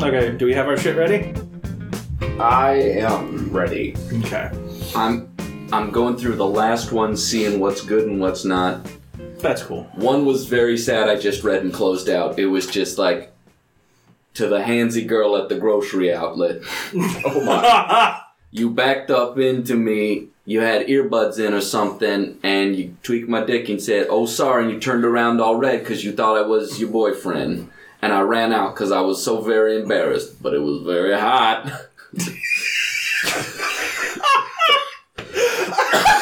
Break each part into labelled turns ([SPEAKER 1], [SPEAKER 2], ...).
[SPEAKER 1] Okay, do we have our shit ready?
[SPEAKER 2] I am ready.
[SPEAKER 1] Okay.
[SPEAKER 2] I'm I'm going through the last one, seeing what's good and what's not.
[SPEAKER 1] That's cool.
[SPEAKER 2] One was very sad. I just read and closed out. It was just like to the handsy girl at the grocery outlet.
[SPEAKER 3] Oh my.
[SPEAKER 1] Ah,
[SPEAKER 2] You backed up into me. You had earbuds in or something, and you tweaked my dick and said, "Oh, sorry." And you turned around all red because you thought I was your boyfriend. And I ran out because I was so very embarrassed. But it was very hot.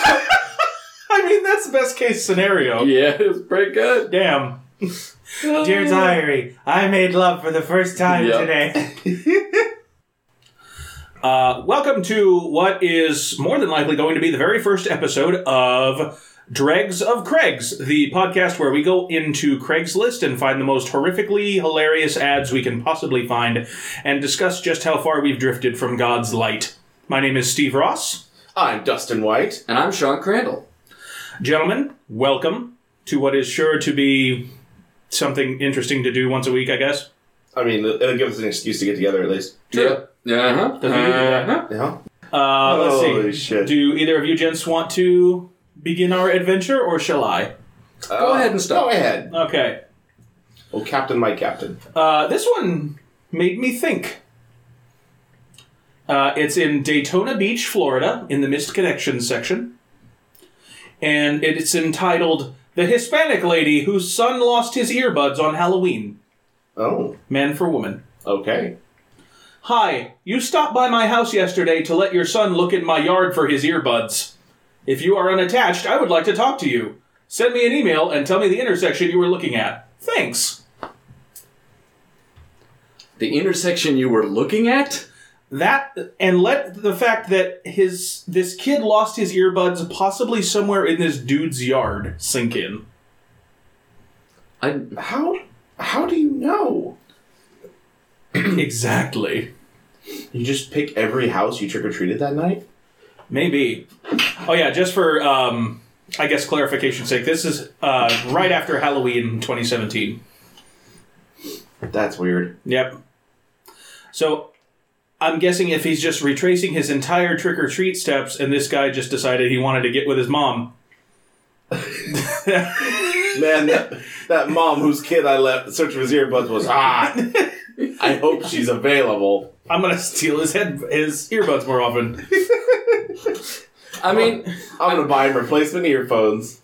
[SPEAKER 1] I mean, that's the best case scenario.
[SPEAKER 2] yeah, it was pretty good.
[SPEAKER 1] Damn. Dear diary, I made love for the first time
[SPEAKER 2] Yep.
[SPEAKER 1] today. uh, welcome to what is more than likely going to be the very first episode of Dregs of Craigs, the podcast where we go into Craigslist and find the most horrifically hilarious ads we can possibly find and discuss just how far we've drifted from God's light. My name is Steve Ross.
[SPEAKER 3] I'm Dustin White.
[SPEAKER 2] And I'm Sean Crandall.
[SPEAKER 1] Gentlemen, welcome to what is sure to be something interesting to do once a week, I guess.
[SPEAKER 3] I mean, it'll give us an excuse to get together at least.
[SPEAKER 2] Yep. Yeah. Uh-huh. Uh-huh.
[SPEAKER 3] Yeah.
[SPEAKER 1] Uh, let's see.
[SPEAKER 3] Holy shit.
[SPEAKER 1] Do either of you gents want to begin our adventure, or shall I?
[SPEAKER 3] Go
[SPEAKER 2] ahead and stop.
[SPEAKER 3] Uh, Go ahead.
[SPEAKER 1] Okay.
[SPEAKER 3] Oh, Captain, my Captain.
[SPEAKER 1] Uh, this one made me think. Uh, it's in Daytona Beach, Florida, in the Missed Connections section. And it's entitled The Hispanic Lady Whose Son Lost His Earbuds on Halloween
[SPEAKER 3] Oh,
[SPEAKER 1] Man for Woman.
[SPEAKER 3] okay.
[SPEAKER 1] Hi, you stopped by my house yesterday to let your son look in my yard for his earbuds. If you are unattached, I would like to talk to you. Send me an email and tell me the intersection you were looking at. Thanks.
[SPEAKER 2] The intersection you were looking at?
[SPEAKER 1] That and let the fact that his this kid lost his earbuds possibly somewhere in this dude's yard sink in.
[SPEAKER 2] I
[SPEAKER 3] How how do you know?
[SPEAKER 1] exactly.
[SPEAKER 3] You just pick every house you trick or treated that night?
[SPEAKER 1] Maybe. Oh yeah, just for um I guess clarification's sake, this is uh, right after Halloween 2017.
[SPEAKER 3] That's weird.
[SPEAKER 1] Yep. So I'm guessing if he's just retracing his entire trick or treat steps and this guy just decided he wanted to get with his mom.
[SPEAKER 3] Man, that, that mom whose kid I left in search of his earbuds was hot. I hope she's available.
[SPEAKER 1] I'm gonna steal his head his earbuds more often.
[SPEAKER 2] I mean,
[SPEAKER 3] I'm gonna buy him replacement earphones.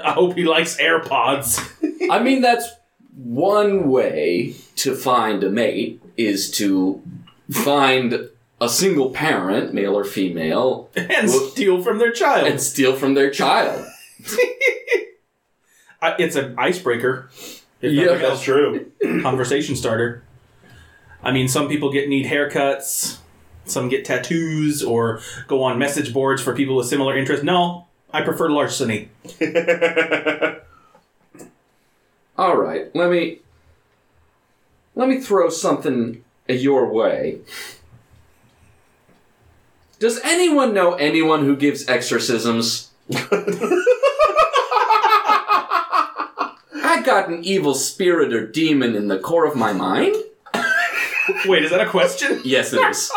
[SPEAKER 1] I hope he likes AirPods.
[SPEAKER 2] I mean that's one way to find a mate is to find a single parent, male or female,
[SPEAKER 1] And steal from their child.
[SPEAKER 2] and steal from their child.
[SPEAKER 1] I- it's an icebreaker. If
[SPEAKER 2] Yeah.
[SPEAKER 1] nothing
[SPEAKER 3] That's
[SPEAKER 1] else,
[SPEAKER 3] true.
[SPEAKER 1] conversation starter. I mean some people get need haircuts, some get tattoos, or go on message boards for people with similar interests. No, I prefer larceny.
[SPEAKER 2] All right, let me let me throw something your way. Does anyone know anyone who gives exorcisms? I got an evil spirit or demon in the core of my mind.
[SPEAKER 1] Wait, is that a question?
[SPEAKER 2] Yes, it is.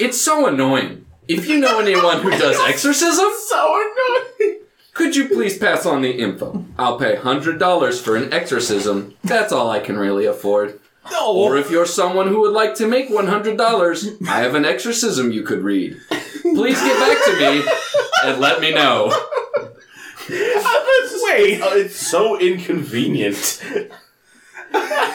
[SPEAKER 2] it's so annoying. If you know anyone who does exorcism,
[SPEAKER 3] so annoying.
[SPEAKER 2] could you please pass on the info? I'll pay $100 for an exorcism. That's all I can really afford.
[SPEAKER 1] No.
[SPEAKER 2] Or if you're someone who would like to make $100, I have an exorcism you could read. Please get back to me and let me know.
[SPEAKER 1] Wait.
[SPEAKER 3] Oh, it's so inconvenient. I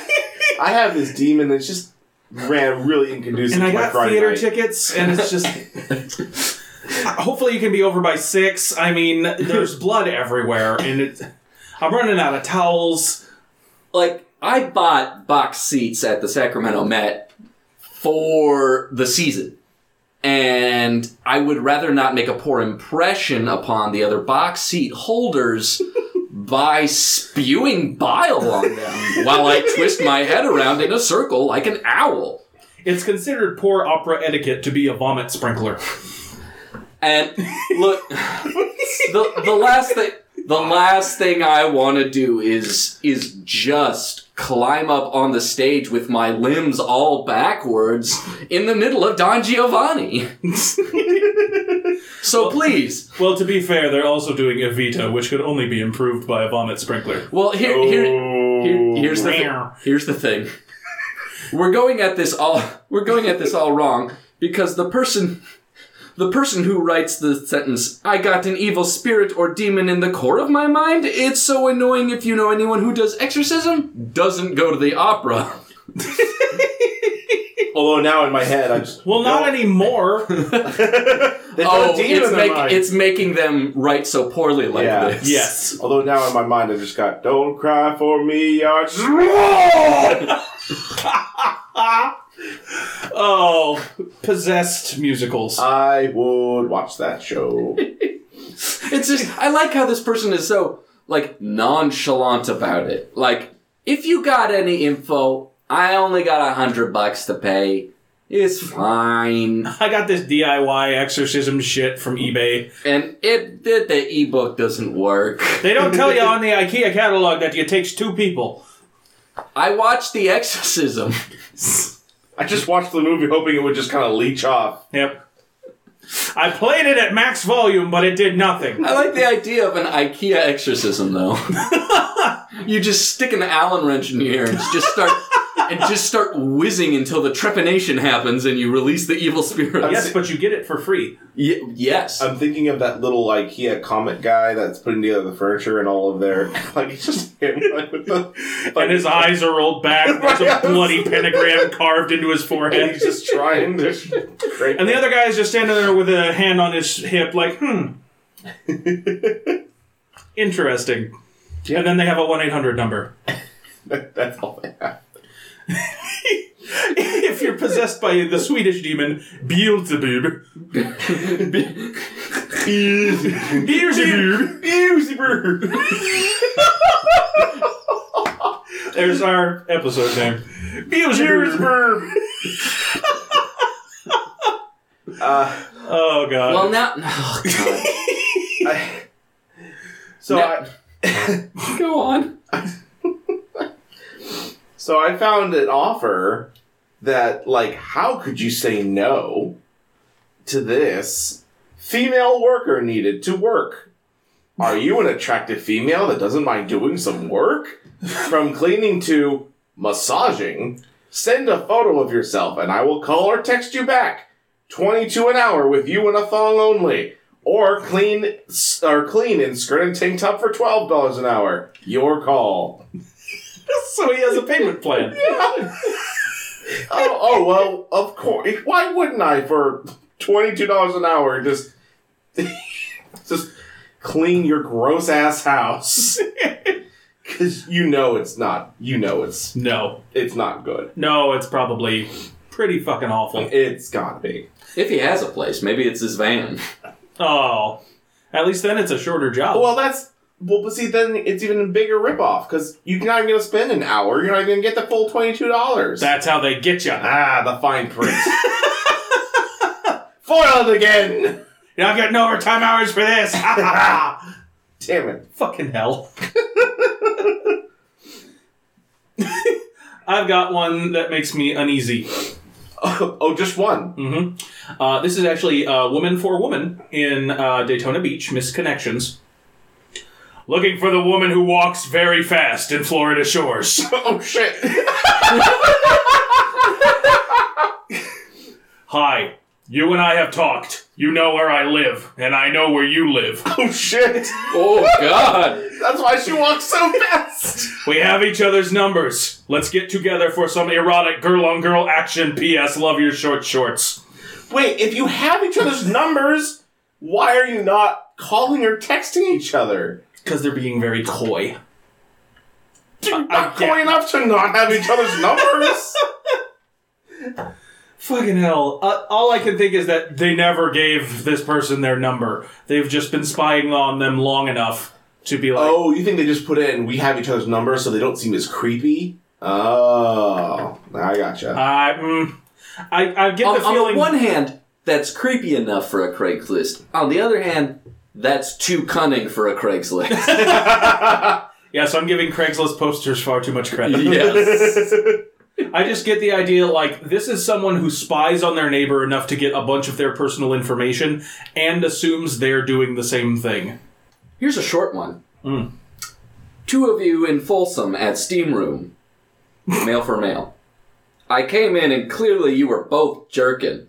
[SPEAKER 3] have this demon that's just ran really inconducive
[SPEAKER 1] And
[SPEAKER 3] to
[SPEAKER 1] I
[SPEAKER 3] my
[SPEAKER 1] got
[SPEAKER 3] Friday
[SPEAKER 1] theater
[SPEAKER 3] night.
[SPEAKER 1] tickets, and it's just. Hopefully, you can be over by six. I mean, there's blood everywhere, and it, I'm running out of towels.
[SPEAKER 2] Like, I bought box seats at the Sacramento Met for the season. And I would rather not make a poor impression upon the other box seat holders by spewing bile on them while I twist my head around in a circle like an owl.
[SPEAKER 1] It's considered poor opera etiquette to be a vomit sprinkler.
[SPEAKER 2] And look, the the last thing the last thing I want to do is is just climb up on the stage with my limbs all backwards in the middle of Don Giovanni. so please,
[SPEAKER 1] Well, to be fair, they're also doing Evita, which could only be improved by a vomit sprinkler.
[SPEAKER 2] well here here,
[SPEAKER 3] Oh.
[SPEAKER 2] here here's the thi-
[SPEAKER 1] Meow.
[SPEAKER 2] here's the thing. We're going at this all we're going at this all wrong because the person the person who writes the sentence I got an evil spirit or demon in the core of my mind it's so annoying if you know anyone who does exorcism doesn't go to the opera.
[SPEAKER 3] Although now in my head, I just
[SPEAKER 1] Well, not anymore.
[SPEAKER 3] They
[SPEAKER 2] Oh,
[SPEAKER 3] put a demon
[SPEAKER 2] it's,
[SPEAKER 3] in their
[SPEAKER 2] make,
[SPEAKER 3] mind.
[SPEAKER 2] it's making them write so poorly like
[SPEAKER 3] Yeah.
[SPEAKER 2] this.
[SPEAKER 1] yes.
[SPEAKER 3] Although now in my mind, I just got "Don't cry for me, yard."
[SPEAKER 1] Oh, possessed musicals.
[SPEAKER 3] I would watch that show.
[SPEAKER 2] It's just I like how this person is so like nonchalant about it. Like, if you got any info, I only got a hundred bucks to pay. It's fine.
[SPEAKER 1] I got this DIY exorcism shit from eBay.
[SPEAKER 2] And it, it the ebook doesn't work.
[SPEAKER 1] They don't tell you on the IKEA catalog that it takes two people.
[SPEAKER 2] I watched The Exorcism.
[SPEAKER 3] I just watched the movie hoping it would just kind of leech off.
[SPEAKER 1] Yep. I played it at max volume, but it did nothing.
[SPEAKER 2] I like the idea of an IKEA exorcism though. you just stick an Allen wrench in here and just start and just start whizzing until the trepanation happens and you release the evil spirit.
[SPEAKER 1] Yes, but you get it for free.
[SPEAKER 2] Y- yes.
[SPEAKER 3] I'm thinking of that little IKEA comic guy that's putting together the furniture and all of their like it's just him like, with the like,
[SPEAKER 1] And his eyes are rolled back. There's
[SPEAKER 3] Yes.
[SPEAKER 1] a bloody pentagram carved into his
[SPEAKER 3] and
[SPEAKER 1] forehead.
[SPEAKER 3] he's just trying to. break-
[SPEAKER 1] And the other guy is just standing there with a hand on his hip, like, hmm. Interesting. And then they have a 1 800 number.
[SPEAKER 3] that's all they have.
[SPEAKER 1] if you're possessed by the Swedish demon Beelzebub, Beelzebub, Beelzebub. There's our episode name. Beelzebub.
[SPEAKER 3] Uh,
[SPEAKER 1] Oh god.
[SPEAKER 2] well now oh, God.
[SPEAKER 3] I, so
[SPEAKER 2] No.
[SPEAKER 3] I.
[SPEAKER 2] go on.
[SPEAKER 3] So I found an offer that, like, how could you say no to this? Female worker needed to work. Are you an attractive female that doesn't mind doing some work? From cleaning to massaging, send a photo of yourself and I will call or text you back. 22 an hour with you in a thong only. Or clean or clean in skirt and tank top for $12 an hour. Your call.
[SPEAKER 1] so he has a payment plan.
[SPEAKER 3] oh, oh well, of course. Why wouldn't I for twenty two dollars an hour just just clean your gross ass house? Because you know it's not. You know it's
[SPEAKER 1] No,
[SPEAKER 3] it's not good.
[SPEAKER 1] no, it's probably pretty fucking awful.
[SPEAKER 3] It's gotta be.
[SPEAKER 2] If he has a place, maybe it's his van.
[SPEAKER 1] Oh, at least then it's a shorter job.
[SPEAKER 3] Well, that's well, but see, then it's even a bigger ripoff because you're not even gonna spend an hour. You're not even gonna get the full twenty two dollars.
[SPEAKER 1] That's how they get you.
[SPEAKER 3] ah, the fine print. Foiled again.
[SPEAKER 1] You're not getting overtime hours for this.
[SPEAKER 3] Damn it.
[SPEAKER 1] Fucking hell. I've got one that makes me uneasy.
[SPEAKER 3] Oh, oh, just one.
[SPEAKER 1] hmm Uh, this is actually uh, Woman for Woman in uh, Daytona Beach, Miss Connections. Looking for the woman who walks very fast in Florida shores.
[SPEAKER 3] Oh shit!
[SPEAKER 1] Hi, you and I have talked. You know where I live, and I know where you live.
[SPEAKER 3] Oh shit!
[SPEAKER 2] Oh God!
[SPEAKER 3] That's why she walks so fast.
[SPEAKER 1] We have each other's numbers. Let's get together for some erotic girl on girl action. P.S. Love your short shorts.
[SPEAKER 3] Wait, if you have each other's numbers, why are you not calling or texting each other?
[SPEAKER 1] Because they're being very coy.
[SPEAKER 3] You're
[SPEAKER 1] I
[SPEAKER 3] not
[SPEAKER 1] get-
[SPEAKER 3] coy enough to not have each other's numbers.
[SPEAKER 1] Fucking hell. Uh, all I can think is that they never gave this person their number. They've just been spying on them long enough to be like,
[SPEAKER 3] oh, you think they just put in "we have each other's numbers" so they don't seem as creepy? Oh, I gotcha.
[SPEAKER 1] I, mm, I, I get
[SPEAKER 2] On,
[SPEAKER 1] the
[SPEAKER 2] on
[SPEAKER 1] feeling.
[SPEAKER 2] the Um, one hand, that's creepy enough for a Craigslist. On the other hand, that's too cunning for a Craigslist.
[SPEAKER 1] Yes, I'm giving Craigslist posters far too much credit.
[SPEAKER 2] Yes.
[SPEAKER 1] I just get the idea like this is someone who spies on their neighbor enough to get a bunch of their personal information and assumes they're doing the same thing.
[SPEAKER 2] Here's a short one. Two of you in Folsom at Steam Room, mail for mail. I came in and clearly you were both jerking.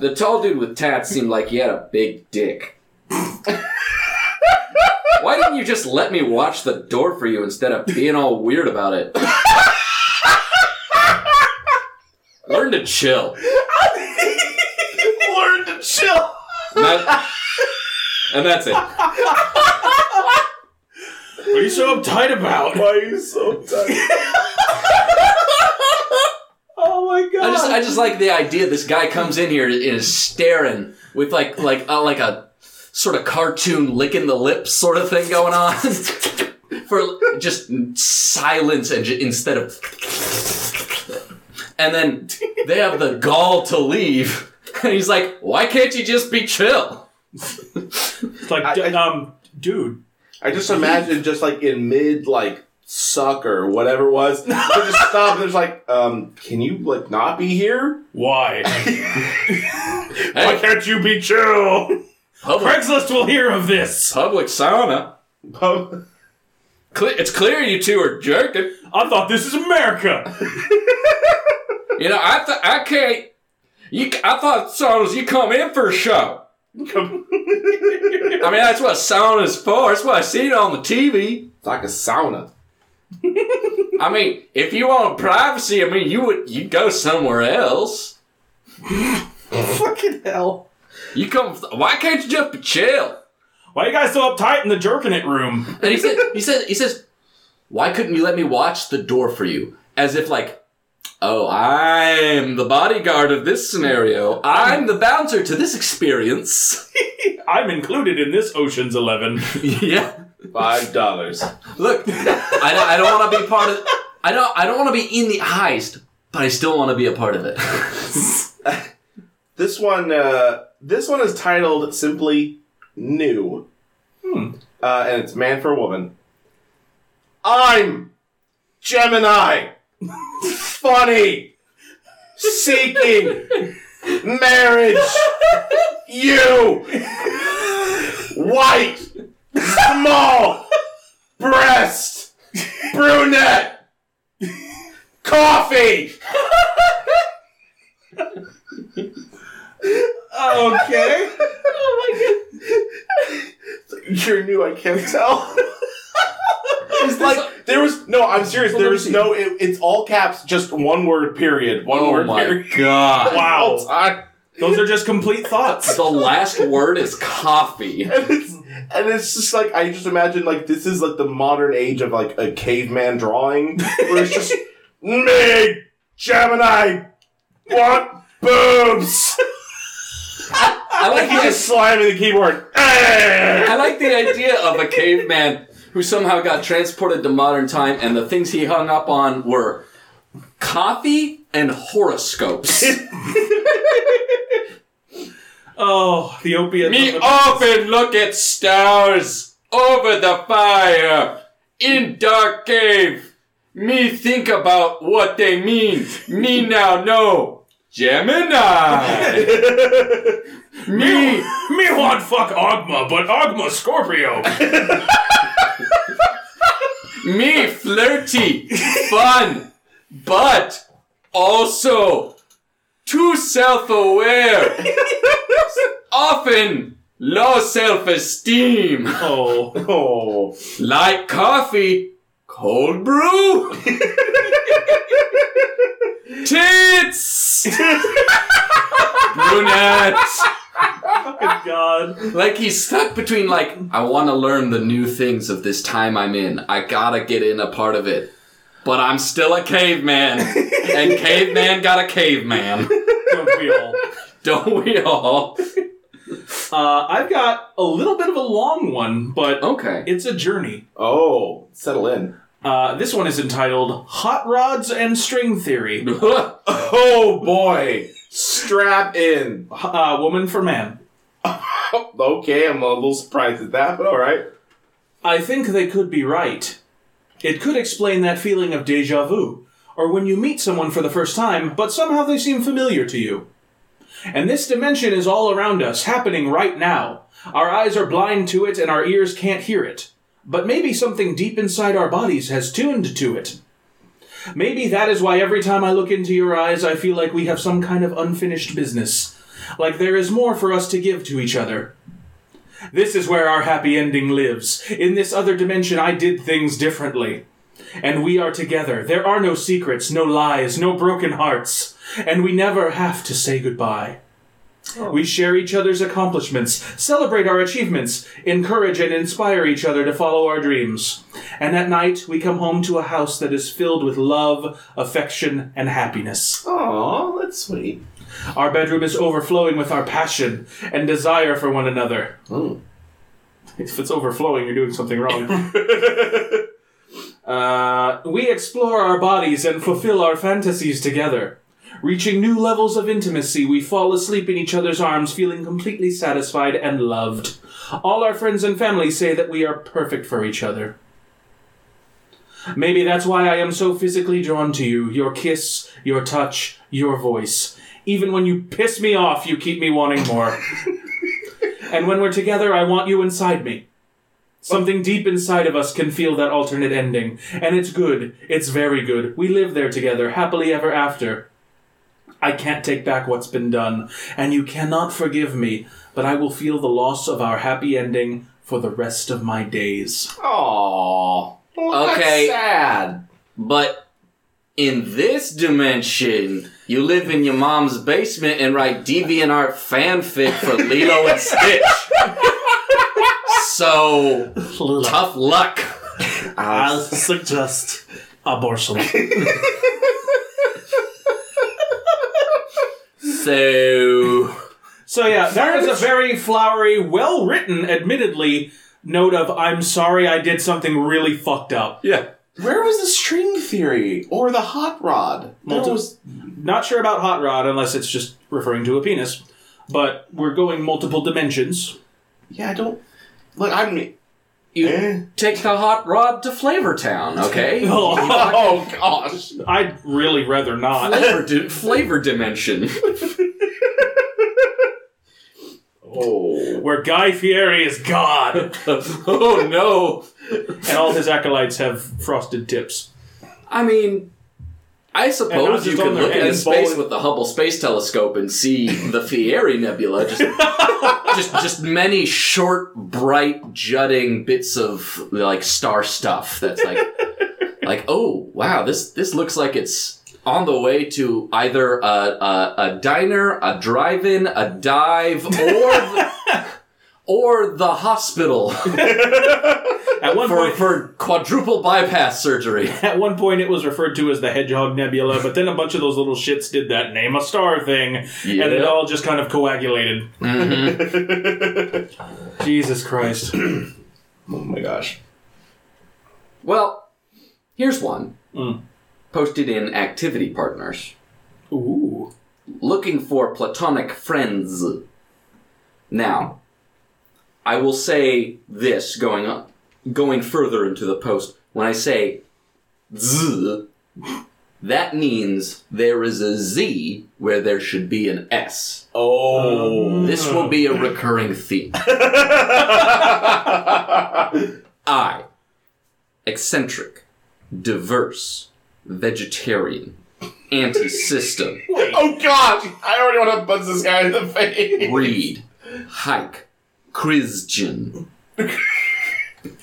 [SPEAKER 2] the tall dude with tats seemed like he had a big dick. Why didn't you just let me watch the door for you instead of being all weird about it? Learn to chill.
[SPEAKER 3] Learn to chill.
[SPEAKER 2] And, that- and that's it.
[SPEAKER 1] What are you so uptight about?
[SPEAKER 3] Why are you so tight?
[SPEAKER 1] Oh my god.
[SPEAKER 2] I just I just like the idea. This guy comes in here and is staring with like like uh, like a sort of cartoon licking the lips sort of thing going on for just silence and ju- instead of and then they have the gall to leave and he's like why can't you just be chill
[SPEAKER 1] It's like,
[SPEAKER 3] I-
[SPEAKER 1] d-
[SPEAKER 3] I-
[SPEAKER 1] um, dude.
[SPEAKER 3] I just imagine just like in mid like suck or whatever it was. They just stop and there's like, um, can you like not be here?
[SPEAKER 1] Why?
[SPEAKER 2] hey
[SPEAKER 3] can't you be chill?
[SPEAKER 2] public,
[SPEAKER 1] Craigslist will hear of this.
[SPEAKER 2] public sauna
[SPEAKER 3] Pub-
[SPEAKER 2] Cle- it's clear you two are jerking
[SPEAKER 1] I thought this is America.
[SPEAKER 2] you know I th- I can't you c- I thought saunas you come in for a show
[SPEAKER 3] come-
[SPEAKER 2] I mean, that's what sound is for. That's what I see it on the TV.
[SPEAKER 3] It's like a sauna.
[SPEAKER 2] I mean, if you want privacy, I mean, you would you go somewhere else.
[SPEAKER 3] Fucking hell.
[SPEAKER 2] You come. Why can't you just be chill?
[SPEAKER 1] Why you guys so uptight in the jerkin it room?
[SPEAKER 2] And he said, he said, he says, why couldn't you let me watch the door for you? As if like, oh, I'm the bodyguard of this scenario. I'm the bouncer to this experience.
[SPEAKER 1] I'm included in this Ocean's Eleven.
[SPEAKER 2] yeah.
[SPEAKER 3] Five dollars.
[SPEAKER 2] Look, I don't, I don't want to be part of. I don't. I don't want to be in the heist, but I still want to be a part of it.
[SPEAKER 3] This one, uh, this one is titled simply "New," uh, and it's man for woman. I'm Gemini, funny, seeking marriage. You, white, small, breast, brunette, coffee.
[SPEAKER 1] okay.
[SPEAKER 3] oh my god. You're new, I can't tell.
[SPEAKER 2] Is this-
[SPEAKER 3] like there was no, I'm serious.
[SPEAKER 2] Well,
[SPEAKER 3] There
[SPEAKER 2] let me
[SPEAKER 3] was
[SPEAKER 2] see.
[SPEAKER 3] no. It, it's all caps, just one word. Period. One
[SPEAKER 2] oh
[SPEAKER 3] word.
[SPEAKER 2] my
[SPEAKER 3] Period.
[SPEAKER 2] god!
[SPEAKER 1] Wow.
[SPEAKER 3] All time.
[SPEAKER 1] Those are just complete thoughts.
[SPEAKER 2] The last word is coffee.
[SPEAKER 3] And it's and it's just like I just imagine like this is like the modern age of like a caveman drawing where it's just me Gemini want boobs.
[SPEAKER 2] I like
[SPEAKER 3] Like he's
[SPEAKER 2] the,
[SPEAKER 3] just slamming the keyboard.
[SPEAKER 2] I like the idea of a caveman who somehow got transported to modern time, and the things he hung up on were coffee and horoscopes.
[SPEAKER 1] Oh, the opiates.
[SPEAKER 2] Me
[SPEAKER 1] of the-
[SPEAKER 2] often look at stars over the fire in dark cave. Me think about what they mean. Me now know Gemini. Me.
[SPEAKER 1] Me want fuck Ogma, but Ogma Scorpio.
[SPEAKER 2] me flirty, fun, but also too self-aware. Often low self-esteem.
[SPEAKER 1] oh,
[SPEAKER 3] oh,
[SPEAKER 2] Like coffee, cold brew. Tits. Brunettes.
[SPEAKER 1] fucking god.
[SPEAKER 2] Like he's stuck between like I want to learn the new things of this time I'm in. I gotta get in a part of it, but I'm still a caveman, and caveman got a caveman.
[SPEAKER 1] Don't we all?
[SPEAKER 2] Don't we all?
[SPEAKER 1] Uh, I've got a little bit of a long one, but
[SPEAKER 2] Okay.
[SPEAKER 1] it's a journey.
[SPEAKER 3] oh, settle in.
[SPEAKER 1] Uh, this one is entitled Hot Rods and String Theory
[SPEAKER 3] Oh boy, strap in.
[SPEAKER 1] uh, Woman for Man.
[SPEAKER 3] okay, I'm a little surprised at that, but all right.
[SPEAKER 1] I think they could be right. It could explain that feeling of deja vu, or when you meet someone for the first time, but somehow they seem familiar to you. And this dimension is all around us, happening right now. Our eyes are blind to it and our ears can't hear it. But maybe something deep inside our bodies has tuned to it. Maybe that is why every time I look into your eyes, I feel like we have some kind of unfinished business. Like there is more for us to give to each other. This is where our happy ending lives. In this other dimension, I did things differently. And we are together. There are no secrets, no lies, no broken hearts. And we never have to say goodbye. We share each other's accomplishments, celebrate our achievements, encourage and inspire each other to follow our dreams. And at night, we come home to a house that is filled with love, affection, and happiness.
[SPEAKER 3] Aw, that's sweet.
[SPEAKER 1] Our bedroom is overflowing with our passion and desire for one another.
[SPEAKER 3] Oh.
[SPEAKER 1] If it's overflowing, you're doing something wrong. uh, we explore our bodies and fulfill our fantasies together. Reaching new levels of intimacy, we fall asleep in each other's arms, feeling completely satisfied and loved. All our friends and family say that we are perfect for each other. Maybe that's why I am so physically drawn to you. Your kiss, your touch, your voice. Even when you piss me off, you keep me wanting more. and when we're together, I want you inside me. Something deep inside of us can feel that alternate ending. And it's good. It's very good. We live there together, happily ever after. I can't take back what's been done, and you cannot forgive me, but I will feel the loss of our happy ending for the rest of my days.
[SPEAKER 3] Aw. Well,
[SPEAKER 2] Okay.
[SPEAKER 3] That's sad.
[SPEAKER 2] But in this dimension, you live in your mom's basement and write DeviantArt fanfic for Lilo and Stitch. So
[SPEAKER 4] Look,
[SPEAKER 2] tough luck.
[SPEAKER 4] I suggest abortion.
[SPEAKER 2] So
[SPEAKER 1] So yeah, that was a very flowery, well written, admittedly, note of I'm sorry I did something really fucked up.
[SPEAKER 2] yeah,
[SPEAKER 3] Where was the string theory or the hot rod? There
[SPEAKER 1] Multi-
[SPEAKER 3] was-
[SPEAKER 1] Not sure about hot rod unless it's just referring to a penis. But we're going multiple dimensions.
[SPEAKER 3] yeah, I don't. Like, I mean.
[SPEAKER 2] you
[SPEAKER 3] Eh.
[SPEAKER 2] take the hot rod to Flavortown, okay?
[SPEAKER 1] Oh,
[SPEAKER 3] Oh, gosh.
[SPEAKER 1] I'd really rather not.
[SPEAKER 2] Flavor, di- flavor dimension.
[SPEAKER 3] Oh.
[SPEAKER 1] Where Guy Fieri is God,
[SPEAKER 2] oh no.
[SPEAKER 1] and all his acolytes have frosted tips.
[SPEAKER 2] I mean, I
[SPEAKER 1] And not
[SPEAKER 2] suppose you
[SPEAKER 1] just on
[SPEAKER 2] can
[SPEAKER 1] their
[SPEAKER 2] look
[SPEAKER 1] head,
[SPEAKER 2] into
[SPEAKER 1] it's
[SPEAKER 2] space
[SPEAKER 1] bowling-
[SPEAKER 2] with the Hubble Space Telescope and see the Fieri Nebula. Just, just, just many short, bright, jutting bits of like star stuff. That's like, like, oh wow, this this looks like it's on the way to either a, a, a diner, a drive-in, a dive, or the, or the hospital
[SPEAKER 1] At one
[SPEAKER 2] for,
[SPEAKER 1] point,
[SPEAKER 2] for quadruple bypass surgery.
[SPEAKER 1] At one point, it was referred to as the Hedgehog Nebula, but then a bunch of those little shits did that name a star thing, and it
[SPEAKER 2] Yeah.
[SPEAKER 1] all just kind of coagulated.
[SPEAKER 2] Mhm.
[SPEAKER 1] Jesus Christ.
[SPEAKER 3] Oh, my gosh.
[SPEAKER 2] Well, here's one
[SPEAKER 1] Mm.
[SPEAKER 2] posted in Activity Partners.
[SPEAKER 1] Ooh.
[SPEAKER 2] Looking for platonic friends. Now, I will say this going up, going further into the post. When I say z, that means there is a z where there should be an s.
[SPEAKER 3] Oh.
[SPEAKER 2] This will be a recurring theme. I. Eccentric. Diverse. Vegetarian. Anti system.
[SPEAKER 3] oh, gosh. I already want to buzz this guy in the face.
[SPEAKER 2] Read. Hike. Christian.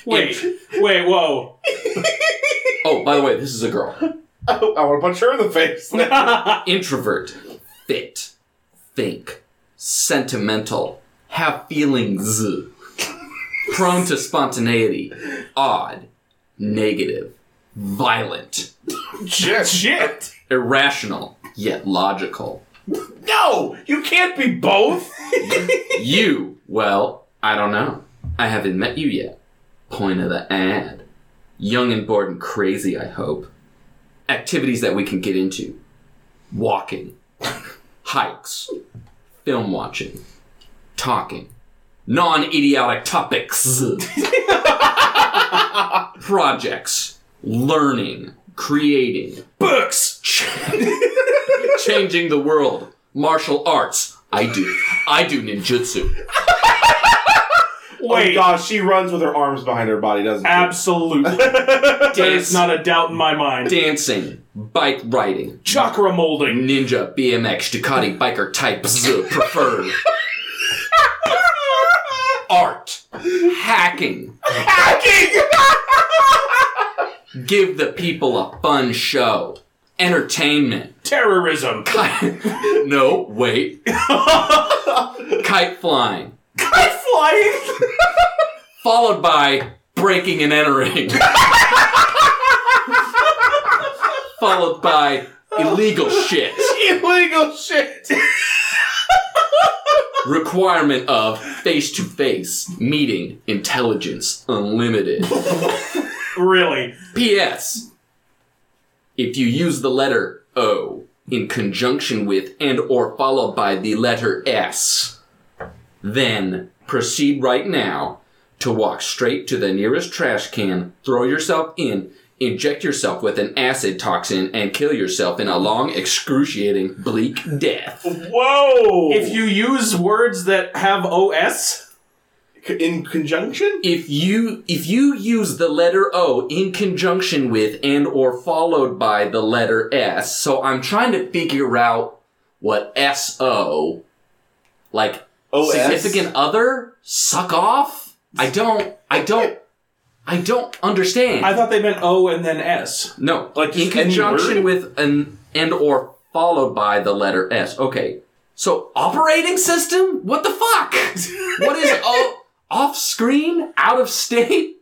[SPEAKER 1] Wait, wait, whoa.
[SPEAKER 2] Oh, by the way, this is a girl.
[SPEAKER 3] Oh, I want to punch her in the face.
[SPEAKER 2] Introvert. Fit. Think. Sentimental. Have feelings. Prone to spontaneity. Odd. Negative. Violent.
[SPEAKER 3] Shit.
[SPEAKER 1] Shit.
[SPEAKER 2] Irrational. Yet logical.
[SPEAKER 3] No! You can't be both!
[SPEAKER 2] You, well, I don't know. I haven't met you yet. Point of the ad. Young and bored and crazy, I hope. Activities that we can get into walking, hikes, film watching, talking, non-idiotic topics, projects, learning, creating,
[SPEAKER 1] Books.
[SPEAKER 2] changing the world, martial arts. I do. I do ninjutsu.
[SPEAKER 1] Wait.
[SPEAKER 3] Oh gosh, she runs with her arms behind her body, doesn't she?
[SPEAKER 1] Absolutely. There's
[SPEAKER 2] Dance,
[SPEAKER 1] not a doubt in my mind.
[SPEAKER 2] dancing, bike riding,
[SPEAKER 1] Chakra molding.
[SPEAKER 2] ninja, BMX, Ducati, biker type, z- preferred. Art, hacking,
[SPEAKER 3] Hacking!
[SPEAKER 2] give the people a fun show, entertainment.
[SPEAKER 1] Terrorism.
[SPEAKER 2] Kite- no, wait. Kite flying,
[SPEAKER 1] Kite flying.
[SPEAKER 2] followed by breaking and entering, followed by illegal shit,
[SPEAKER 3] Illegal shit!
[SPEAKER 2] requirement of face to face meeting, intelligence unlimited.
[SPEAKER 1] really.
[SPEAKER 2] P.S. If you use the letter O in conjunction with and or followed by the letter S, then proceed right now to walk straight to the nearest trash can, throw yourself in, inject yourself with an acid toxin, and kill yourself in a long, excruciating, bleak death.
[SPEAKER 3] Whoa!
[SPEAKER 1] If you use words that have OS,
[SPEAKER 3] in conjunction?
[SPEAKER 2] if you if you use the letter O in conjunction with and or followed by the letter S, so I'm trying to figure out what S O like
[SPEAKER 3] OS?
[SPEAKER 2] significant other suck off. I don't. I don't. I don't understand.
[SPEAKER 1] I thought they meant O and then S.
[SPEAKER 2] no,
[SPEAKER 3] Like,
[SPEAKER 2] in
[SPEAKER 3] just any
[SPEAKER 2] conjunction
[SPEAKER 3] word?
[SPEAKER 2] with an and or followed by the letter S. Okay, so operating system. What the fuck? what is O? Off screen, out of state.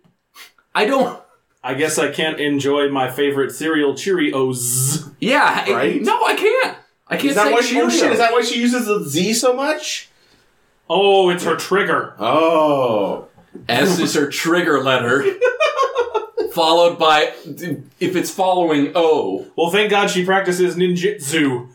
[SPEAKER 2] I don't.
[SPEAKER 1] I guess I can't enjoy my favorite cereal Cheerios.
[SPEAKER 2] Yeah, I-
[SPEAKER 3] Right?
[SPEAKER 2] no, I can't. I can't
[SPEAKER 3] Is that
[SPEAKER 2] say
[SPEAKER 3] why she oh, shit,
[SPEAKER 2] Cheerios.
[SPEAKER 3] Is that why she uses the Z so much?
[SPEAKER 1] Oh, it's her trigger.
[SPEAKER 3] Oh.
[SPEAKER 2] S is her trigger letter, followed by if it's following O.
[SPEAKER 1] Well, thank God she practices ninjutsu.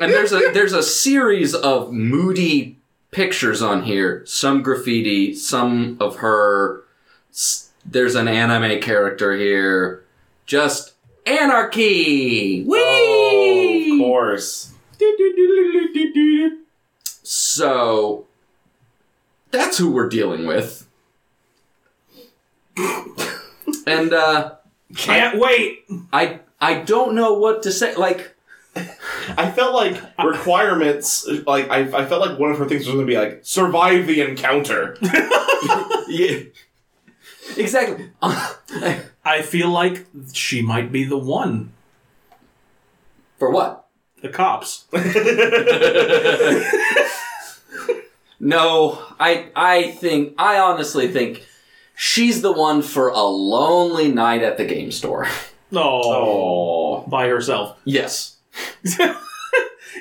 [SPEAKER 2] And there's a there's a series of moody pictures on here. Some graffiti, some of her. s- There's an anime character here. Just anarchy. Whee!
[SPEAKER 3] Oh, of course.
[SPEAKER 2] So that's who we're dealing with. and uh
[SPEAKER 1] Can't wait.
[SPEAKER 2] I I don't know what to say. Like
[SPEAKER 3] I felt like
[SPEAKER 2] Ah.
[SPEAKER 3] requirements, like, I, I felt like one of her things was going to be like, survive the encounter.
[SPEAKER 2] yeah. Exactly.
[SPEAKER 1] I feel like she might be the one.
[SPEAKER 2] For what?
[SPEAKER 1] The cops.
[SPEAKER 2] No, I I think I honestly think she's the one for a lonely night at the game store.
[SPEAKER 1] Oh,
[SPEAKER 3] Oh.
[SPEAKER 1] by herself.
[SPEAKER 2] Yes.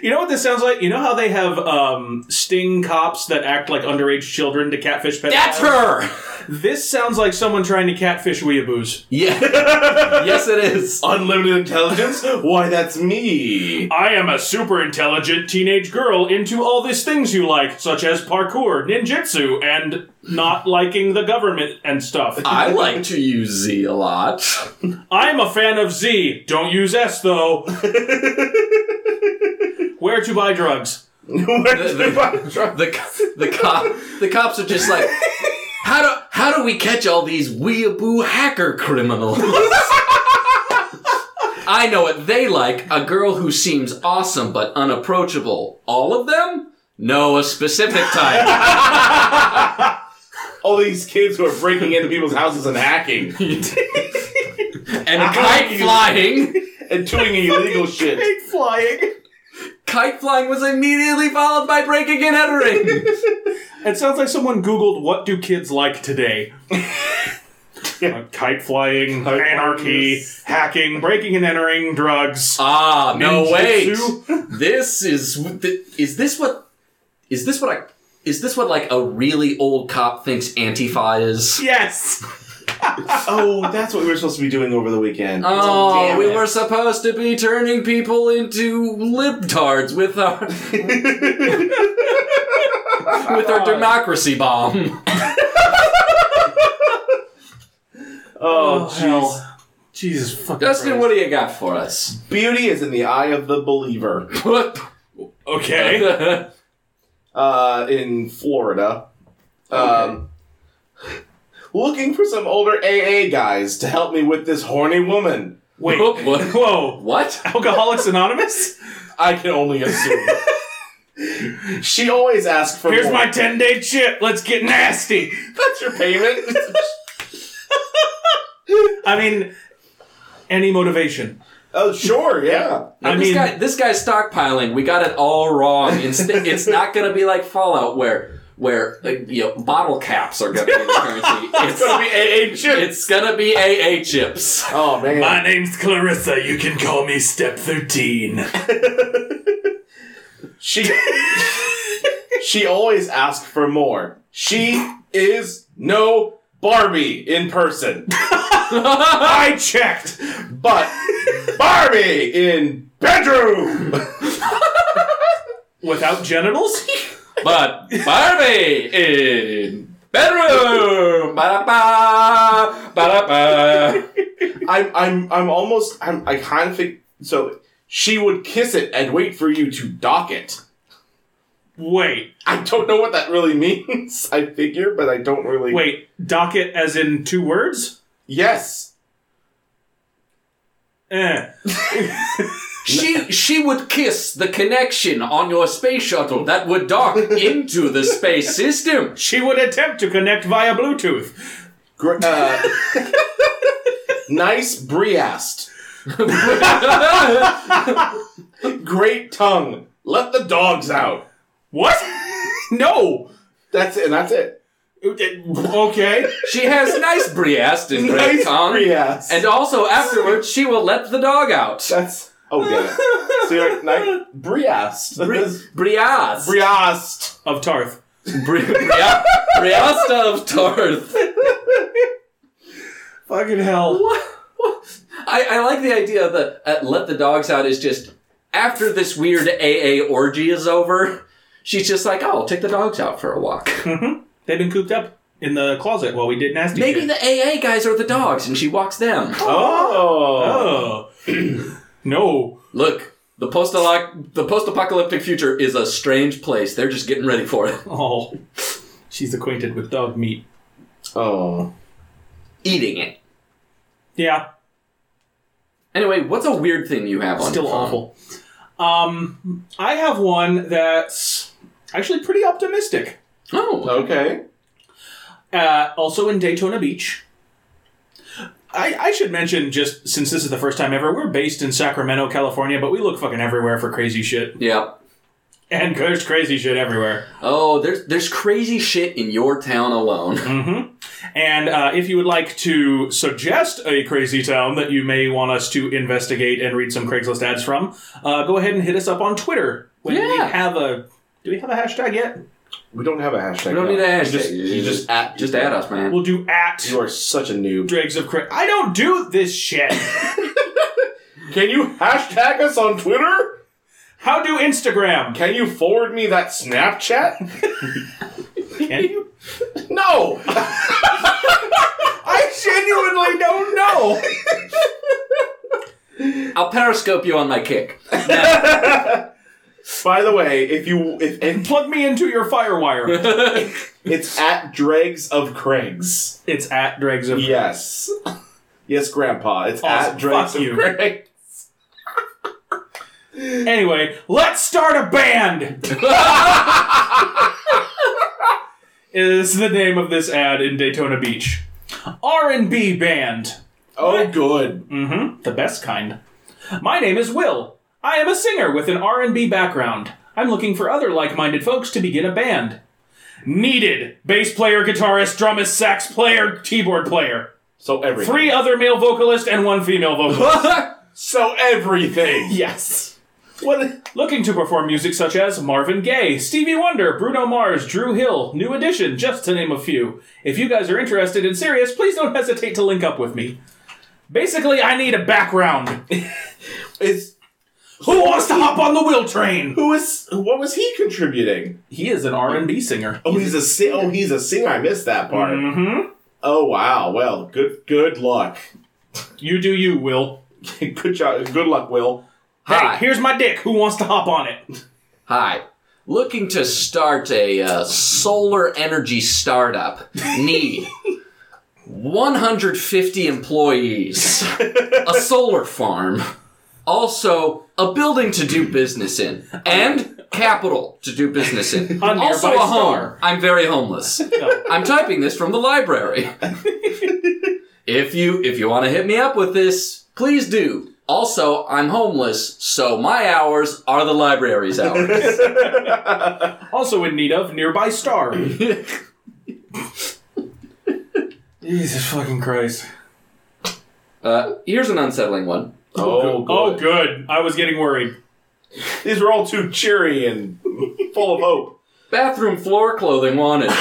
[SPEAKER 1] You know what this sounds like? You know how they have um, sting cops that act like underage children to catfish pedophiles?
[SPEAKER 2] That's her.
[SPEAKER 1] This sounds like someone trying to catfish weeaboos.
[SPEAKER 2] Yeah. yes it is.
[SPEAKER 3] Unlimited intelligence? Why, that's me.
[SPEAKER 1] I am a super intelligent teenage girl into all these things you like, such as parkour, ninjutsu, and not liking the government and stuff.
[SPEAKER 2] I like to use Z a lot.
[SPEAKER 1] I'm a fan of Z. Don't use S though. Where to buy drugs?
[SPEAKER 3] Where did
[SPEAKER 2] the-
[SPEAKER 3] you find drugs?
[SPEAKER 2] the co- the cop the cops are just like how do how do we catch all these weeaboo hacker criminals? I know what they like a girl who seems awesome but unapproachable. All of them? No, a specific type.
[SPEAKER 3] All these kids who are breaking into people's houses and hacking
[SPEAKER 2] And kite flying.
[SPEAKER 3] and doing illegal shit.
[SPEAKER 1] flying.
[SPEAKER 2] Kite flying was immediately followed by breaking and entering.
[SPEAKER 1] It sounds like someone Googled what do kids like today. Uh, kite flying,
[SPEAKER 3] Kite
[SPEAKER 1] anarchy,
[SPEAKER 3] flying is-
[SPEAKER 1] hacking, breaking and entering, drugs.
[SPEAKER 2] Ah, no wait.
[SPEAKER 1] Ninjutsu.
[SPEAKER 2] This is is this what is this what I is this what like a really old cop thinks Antifa is?
[SPEAKER 1] Yes.
[SPEAKER 3] Oh, that's what we were supposed to be doing over the weekend.
[SPEAKER 2] Oh,
[SPEAKER 3] damn
[SPEAKER 2] we
[SPEAKER 3] it.
[SPEAKER 2] were supposed to be turning people into libtards with our with her democracy bomb.
[SPEAKER 1] Oh, hell.
[SPEAKER 4] Jesus fucking
[SPEAKER 2] Dustin,
[SPEAKER 4] Christ.
[SPEAKER 2] what do you got for us?
[SPEAKER 3] Beauty is in the eye of the believer.
[SPEAKER 2] What?
[SPEAKER 1] Okay.
[SPEAKER 3] uh, in Florida. Um, looking for some older AA guys to help me with this horny woman.
[SPEAKER 1] Wait.
[SPEAKER 2] What?
[SPEAKER 1] Whoa.
[SPEAKER 2] what?
[SPEAKER 1] Alcoholics Anonymous?
[SPEAKER 3] I can only assume. she always asks for
[SPEAKER 1] Here's
[SPEAKER 3] more.
[SPEAKER 1] my 10 day chip. Let's get nasty.
[SPEAKER 3] That's your payment.
[SPEAKER 1] I mean, any motivation.
[SPEAKER 3] oh, sure, yeah.
[SPEAKER 1] I
[SPEAKER 2] this
[SPEAKER 1] mean,
[SPEAKER 2] guy, this guy's stockpiling. We got it all wrong. Instead, it's not going to be like Fallout, where where uh, you know, bottle caps are going to be the currency.
[SPEAKER 3] It's gonna
[SPEAKER 2] It's,
[SPEAKER 3] be AA chip.
[SPEAKER 2] it's going to be AA chips.
[SPEAKER 3] Oh man.
[SPEAKER 1] my name's Clarissa. You can call me Step 13.
[SPEAKER 3] She She always asks for more. She is no Barbie in person.
[SPEAKER 1] I checked.
[SPEAKER 3] But Barbie in bedroom.
[SPEAKER 1] Without genitals?
[SPEAKER 2] But Barbie in bedroom. Ba-da-ba, ba-da-ba.
[SPEAKER 3] I'm I'm I'm almost I'm I kind of think so she would kiss it and wait for you to dock it.
[SPEAKER 1] Wait.
[SPEAKER 3] I don't know what that really means, I figure, but I don't really
[SPEAKER 1] Wait. Docket as in two words?
[SPEAKER 3] Yes.
[SPEAKER 1] Eh.
[SPEAKER 2] She she would kiss the connection on your space shuttle that would dock into the space system.
[SPEAKER 1] She would attempt to connect via Bluetooth.
[SPEAKER 3] Gr- uh, nice briast. Great tongue. Let the dogs out.
[SPEAKER 1] What? no.
[SPEAKER 3] That's it. And that's it.
[SPEAKER 1] Okay.
[SPEAKER 2] She has nice briast in great
[SPEAKER 3] nice
[SPEAKER 2] tongue.
[SPEAKER 3] briast.
[SPEAKER 2] And also afterwards she will let the dog out.
[SPEAKER 3] that's oh damn it. So you're nice briast.
[SPEAKER 2] Briast.
[SPEAKER 3] briast.
[SPEAKER 1] Of Tarth.
[SPEAKER 2] Bri- Bria- Briast of Tarth.
[SPEAKER 1] Fucking hell.
[SPEAKER 2] What? What? I, I like the idea that uh, let the dogs out is just after this weird AA orgy is over, she's just like, oh, I'll take the dogs out for a walk.
[SPEAKER 1] They've been cooped up in the closet while we did nasty
[SPEAKER 2] Maybe
[SPEAKER 1] shit.
[SPEAKER 2] the AA guys are the dogs and she walks them.
[SPEAKER 1] Oh.
[SPEAKER 3] Oh.
[SPEAKER 1] no.
[SPEAKER 2] Look, the post the post apocalyptic future is a strange place. They're just getting ready for it.
[SPEAKER 1] Oh. She's acquainted with dog meat.
[SPEAKER 3] Oh.
[SPEAKER 2] Eating it.
[SPEAKER 1] Yeah.
[SPEAKER 2] Anyway, what's a weird thing you have on
[SPEAKER 1] Still
[SPEAKER 2] your phone?
[SPEAKER 1] awful. Um, I have one that's actually pretty optimistic.
[SPEAKER 2] Oh.
[SPEAKER 3] Okay.
[SPEAKER 1] Uh, also in Daytona Beach. I, I should mention, just since this is the first time ever, we're based in Sacramento, California, but we look fucking everywhere for crazy shit.
[SPEAKER 2] Yeah.
[SPEAKER 1] And there's crazy shit everywhere.
[SPEAKER 2] Oh, there's there's crazy shit in your town alone.
[SPEAKER 1] And uh, if you would like to suggest a crazy town that you may want us to investigate and read some Craigslist ads from, uh, go ahead and hit us up on Twitter. When we
[SPEAKER 2] Yeah.
[SPEAKER 1] have a. Do we have a hashtag yet?
[SPEAKER 3] We don't have a hashtag.
[SPEAKER 2] We don't need a hashtag.
[SPEAKER 3] Just,
[SPEAKER 2] You
[SPEAKER 3] you
[SPEAKER 2] just
[SPEAKER 3] just at.
[SPEAKER 2] Just add us, man.
[SPEAKER 1] We'll do at
[SPEAKER 3] You are such a noob.
[SPEAKER 1] Dregs of Craig. I don't do this shit.
[SPEAKER 3] Can you hashtag us on Twitter?
[SPEAKER 1] How do Instagram?
[SPEAKER 3] Can you forward me that Snapchat?
[SPEAKER 1] Can you?
[SPEAKER 3] No!
[SPEAKER 1] I genuinely don't know.
[SPEAKER 2] I'll periscope you on my kick.
[SPEAKER 3] By the way, if you if and
[SPEAKER 1] Plug me into your firewire.
[SPEAKER 3] it's at Dregs of Craigs.
[SPEAKER 1] it's at Dregs of
[SPEAKER 3] Yes. Yes, Grandpa. It's
[SPEAKER 1] Awesome.
[SPEAKER 3] at Dregs
[SPEAKER 1] Fuck
[SPEAKER 3] of
[SPEAKER 1] you.
[SPEAKER 3] Craigs.
[SPEAKER 1] Anyway, let's start a band. is the name of this ad in Daytona Beach. R&B band.
[SPEAKER 3] Oh good.
[SPEAKER 1] Mhm, the best kind. My name is Will. I am a singer with an R&B background. I'm looking for other like-minded folks to begin a band. Needed: bass player, guitarist, drummist, sax player, keyboard player.
[SPEAKER 3] So everything.
[SPEAKER 1] Three other male vocalists and one female vocalist.
[SPEAKER 3] So everything.
[SPEAKER 1] yes.
[SPEAKER 3] What
[SPEAKER 1] Looking to perform music such as Marvin Gaye, Stevie Wonder, Bruno Mars, Drew Hill, New Edition, just to name a few. If you guys are interested and serious, please don't hesitate to link up with me. Basically, I need a background.
[SPEAKER 3] is
[SPEAKER 1] Who wants to hop on the will train?
[SPEAKER 3] Who is? What was he contributing?
[SPEAKER 1] He is an R and B singer.
[SPEAKER 3] Oh, he's a sing. Oh, he's a singer. I missed that part.
[SPEAKER 1] Mm-hmm.
[SPEAKER 3] Oh wow. Well, good. Good luck.
[SPEAKER 1] You do you, Will.
[SPEAKER 3] good job. Good luck, Will.
[SPEAKER 2] Hi.
[SPEAKER 1] Hey, here's my dick. Who wants to hop on it?
[SPEAKER 2] Hi. Looking to start a uh, solar energy startup. Need 150 employees, a solar farm, also a building to do business in, and capital to do business in.
[SPEAKER 1] A
[SPEAKER 2] also a
[SPEAKER 1] nearby
[SPEAKER 2] home.
[SPEAKER 1] star.
[SPEAKER 2] I'm very homeless.
[SPEAKER 1] No.
[SPEAKER 2] I'm typing this from the library. if you if you want to hit me up with this, please do. Also, I'm homeless, so my hours are the library's hours.
[SPEAKER 1] Also in need of nearby star. Jesus fucking Christ.
[SPEAKER 2] uh, here's an unsettling one.
[SPEAKER 3] Oh,
[SPEAKER 1] Oh, good. I was getting worried.
[SPEAKER 3] These were all too cheery and full of hope.
[SPEAKER 2] Bathroom floor clothing wanted.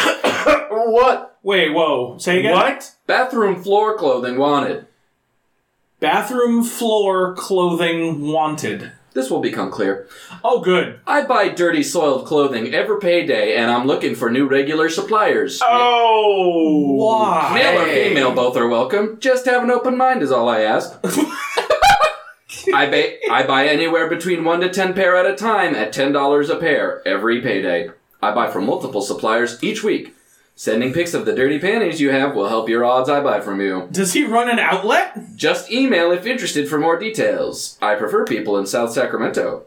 [SPEAKER 3] What?
[SPEAKER 1] Wait, whoa. Say again.
[SPEAKER 3] What?
[SPEAKER 2] Bathroom floor clothing wanted.
[SPEAKER 1] Bathroom floor clothing wanted.
[SPEAKER 2] This will become clear.
[SPEAKER 1] Oh, good.
[SPEAKER 2] I buy dirty soiled clothing every payday and I'm looking for new regular suppliers.
[SPEAKER 3] Oh,
[SPEAKER 1] Why?
[SPEAKER 2] Male or
[SPEAKER 3] Hey.
[SPEAKER 2] female, both are welcome. Just have an open mind is all I ask. I, ba- I buy anywhere between one to ten pair at a time at ten dollars a pair every payday. I buy from multiple suppliers each week. Sending pics of the dirty panties you have will help your odds I buy from you.
[SPEAKER 1] Does he run an outlet?
[SPEAKER 2] Just email if interested for more details. I prefer people in South Sacramento.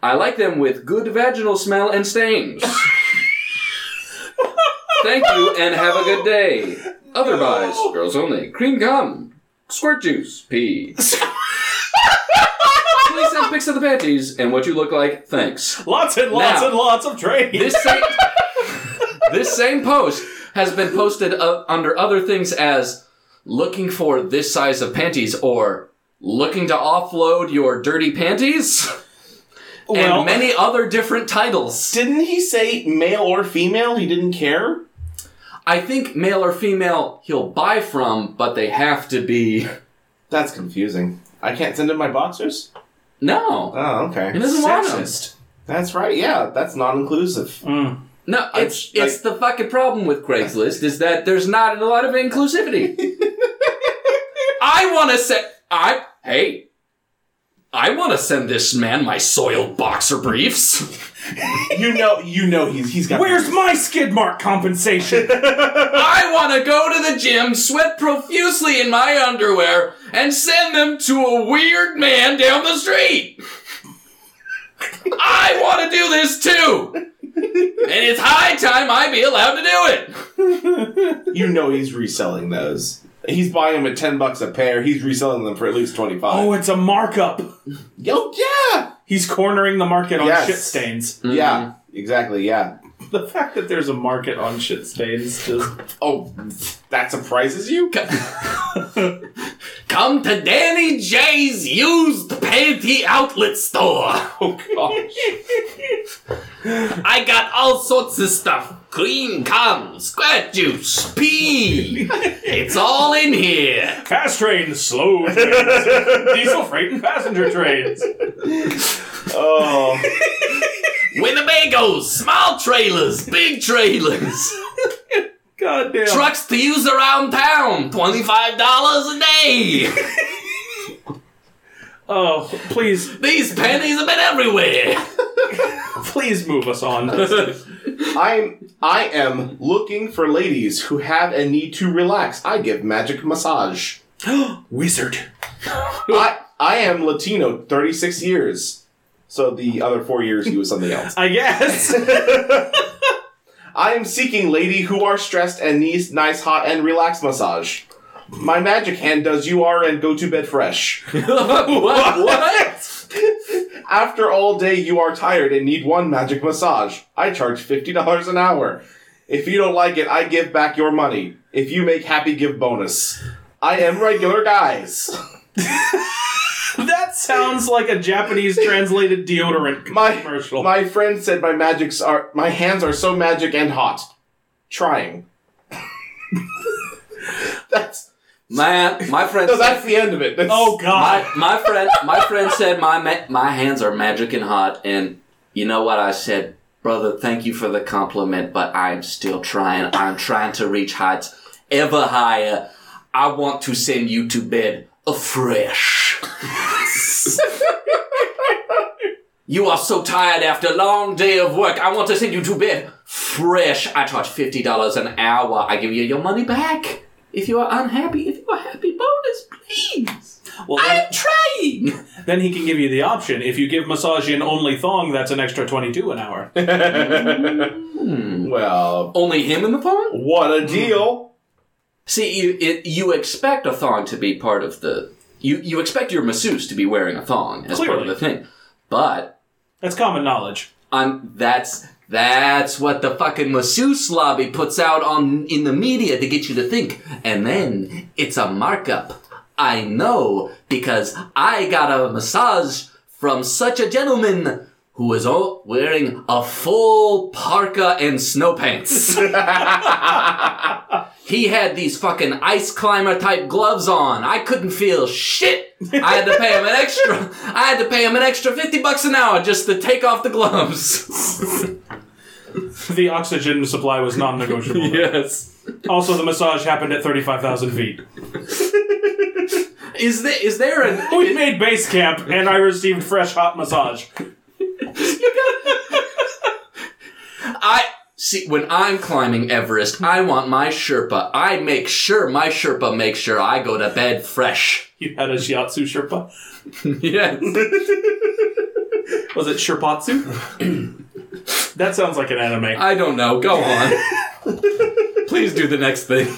[SPEAKER 2] I like them with good vaginal smell and stains. Thank you and have a good day. Otherwise, girls only. Cream gum, squirt juice, pee. Please send pics of the panties and what you look like. Thanks.
[SPEAKER 1] Lots and lots
[SPEAKER 2] Now.
[SPEAKER 1] and lots of trade.
[SPEAKER 2] This same, this same post has been posted uh, under other things as looking for this size of panties or looking to offload your dirty panties
[SPEAKER 1] Well-
[SPEAKER 2] and many other different titles.
[SPEAKER 3] Didn't he say male or female? He didn't care.
[SPEAKER 2] I think male or female he'll buy from, but they have to be.
[SPEAKER 3] That's confusing. I can't send him my boxers.
[SPEAKER 2] No.
[SPEAKER 3] Oh,
[SPEAKER 2] He
[SPEAKER 3] okay.
[SPEAKER 2] doesn't want 'em.
[SPEAKER 1] Sexist.
[SPEAKER 3] That's right. Yeah, that's non-inclusive.
[SPEAKER 1] Mm.
[SPEAKER 2] No,
[SPEAKER 3] I-
[SPEAKER 2] it's it's the fucking problem with Craigslist is that there's not a lot of inclusivity. I want to say I hey, I want to send this man my soiled boxer briefs.
[SPEAKER 3] you know, you know, he's he's got.
[SPEAKER 1] Where's my skid mark compensation?
[SPEAKER 2] I want to go to the gym, sweat profusely in my underwear, and send them to a weird man down the street. I want to do this too. And it's high time I be allowed to do it.
[SPEAKER 3] you know he's reselling those. He's buying them at ten bucks a pair. He's reselling them for at least twenty five.
[SPEAKER 1] oh, it's a markup.
[SPEAKER 3] Yo, yeah,
[SPEAKER 1] He's cornering the market on
[SPEAKER 3] Yes.
[SPEAKER 1] shit stains.
[SPEAKER 3] yeah, exactly, yeah.
[SPEAKER 1] The fact that there's a market on shit stains just.
[SPEAKER 3] Oh, that surprises you?
[SPEAKER 2] Co- Come to Danny J's used panty outlet store.
[SPEAKER 3] Oh gosh.
[SPEAKER 2] I got all sorts of stuff. Cream cum, squirt juice, pee. It's all in here.
[SPEAKER 1] Fast trains, slow trains, diesel freight, and passenger trains.
[SPEAKER 3] Oh,
[SPEAKER 2] Winnebagos, small trailers, big trailers.
[SPEAKER 1] God damn.
[SPEAKER 2] Trucks to use around town, $25 a day.
[SPEAKER 1] Oh, please,
[SPEAKER 2] These panties have been everywhere.
[SPEAKER 1] please move us on.
[SPEAKER 3] I'm I am looking for ladies who have a need to relax. I give magic massage.
[SPEAKER 1] Wizard.
[SPEAKER 3] I I am Latino, thirty six years. So the other four years he was something else.
[SPEAKER 1] I guess.
[SPEAKER 3] I am seeking lady who are stressed and needs nice hot and relaxed massage. My magic hand does you are and go to bed fresh.
[SPEAKER 2] what? What?
[SPEAKER 3] After all day, you are tired and need one magic massage. I charge $50 an hour. If you don't like it, I give back your money. If you make happy, give bonus. I am regular guys.
[SPEAKER 1] that sounds like a Japanese translated deodorant
[SPEAKER 3] My,
[SPEAKER 4] Oh.
[SPEAKER 1] commercial.
[SPEAKER 3] my friend said my magics are, my hands are so magic and hot. Trying. That's,
[SPEAKER 2] Man, my friend.
[SPEAKER 3] No,
[SPEAKER 2] said-
[SPEAKER 3] that's the end of it. That's,
[SPEAKER 4] Oh God!
[SPEAKER 2] my, my friend my friend said my ma- my hands are magic and hot and you know what I said brother thank you for the compliment but I'm still trying I'm trying to reach heights ever higher I want to send you to bed afresh You are so tired after a long day of work. I want to send you to bed fresh. I charge $50 an hour. I give you your money back. If you are unhappy, if you are happy, bonus, please.
[SPEAKER 1] Well, then,
[SPEAKER 2] trying.
[SPEAKER 1] then he can give you the option. If you give Masajian only thong, that's an extra 22 an hour.
[SPEAKER 3] well,
[SPEAKER 2] Only him in the thong.
[SPEAKER 3] what a deal.
[SPEAKER 2] See, you it, you expect a thong to be part of the you you expect your masseuse to be wearing a thong as part of
[SPEAKER 1] Clearly.
[SPEAKER 2] the thing, but
[SPEAKER 1] That's common knowledge.
[SPEAKER 2] I'm that's that's what the fucking masseuse lobby puts out on in the media to get you to think, and then it's a markup. I know because I got a massage from such a gentleman who was all wearing a full parka and snow pants. He had these fucking ice climber type gloves on. I couldn't feel shit. I had to pay him an extra. I had to pay him an extra fifty bucks an hour just to take off the gloves.
[SPEAKER 1] The oxygen supply was non negotiable.
[SPEAKER 2] yes.
[SPEAKER 1] Also, the massage happened at 35,000 feet.
[SPEAKER 2] Is there is there an
[SPEAKER 1] We made base camp, and I received fresh hot massage.
[SPEAKER 2] I see when I'm climbing Everest, I want my Sherpa. I make sure my Sherpa makes sure I go to bed fresh.
[SPEAKER 1] You had a shiatsu sherpa.
[SPEAKER 2] yes.
[SPEAKER 1] Was it Sherpatsu? that sounds like an anime.
[SPEAKER 2] I don't know. Go on. Please do the next thing.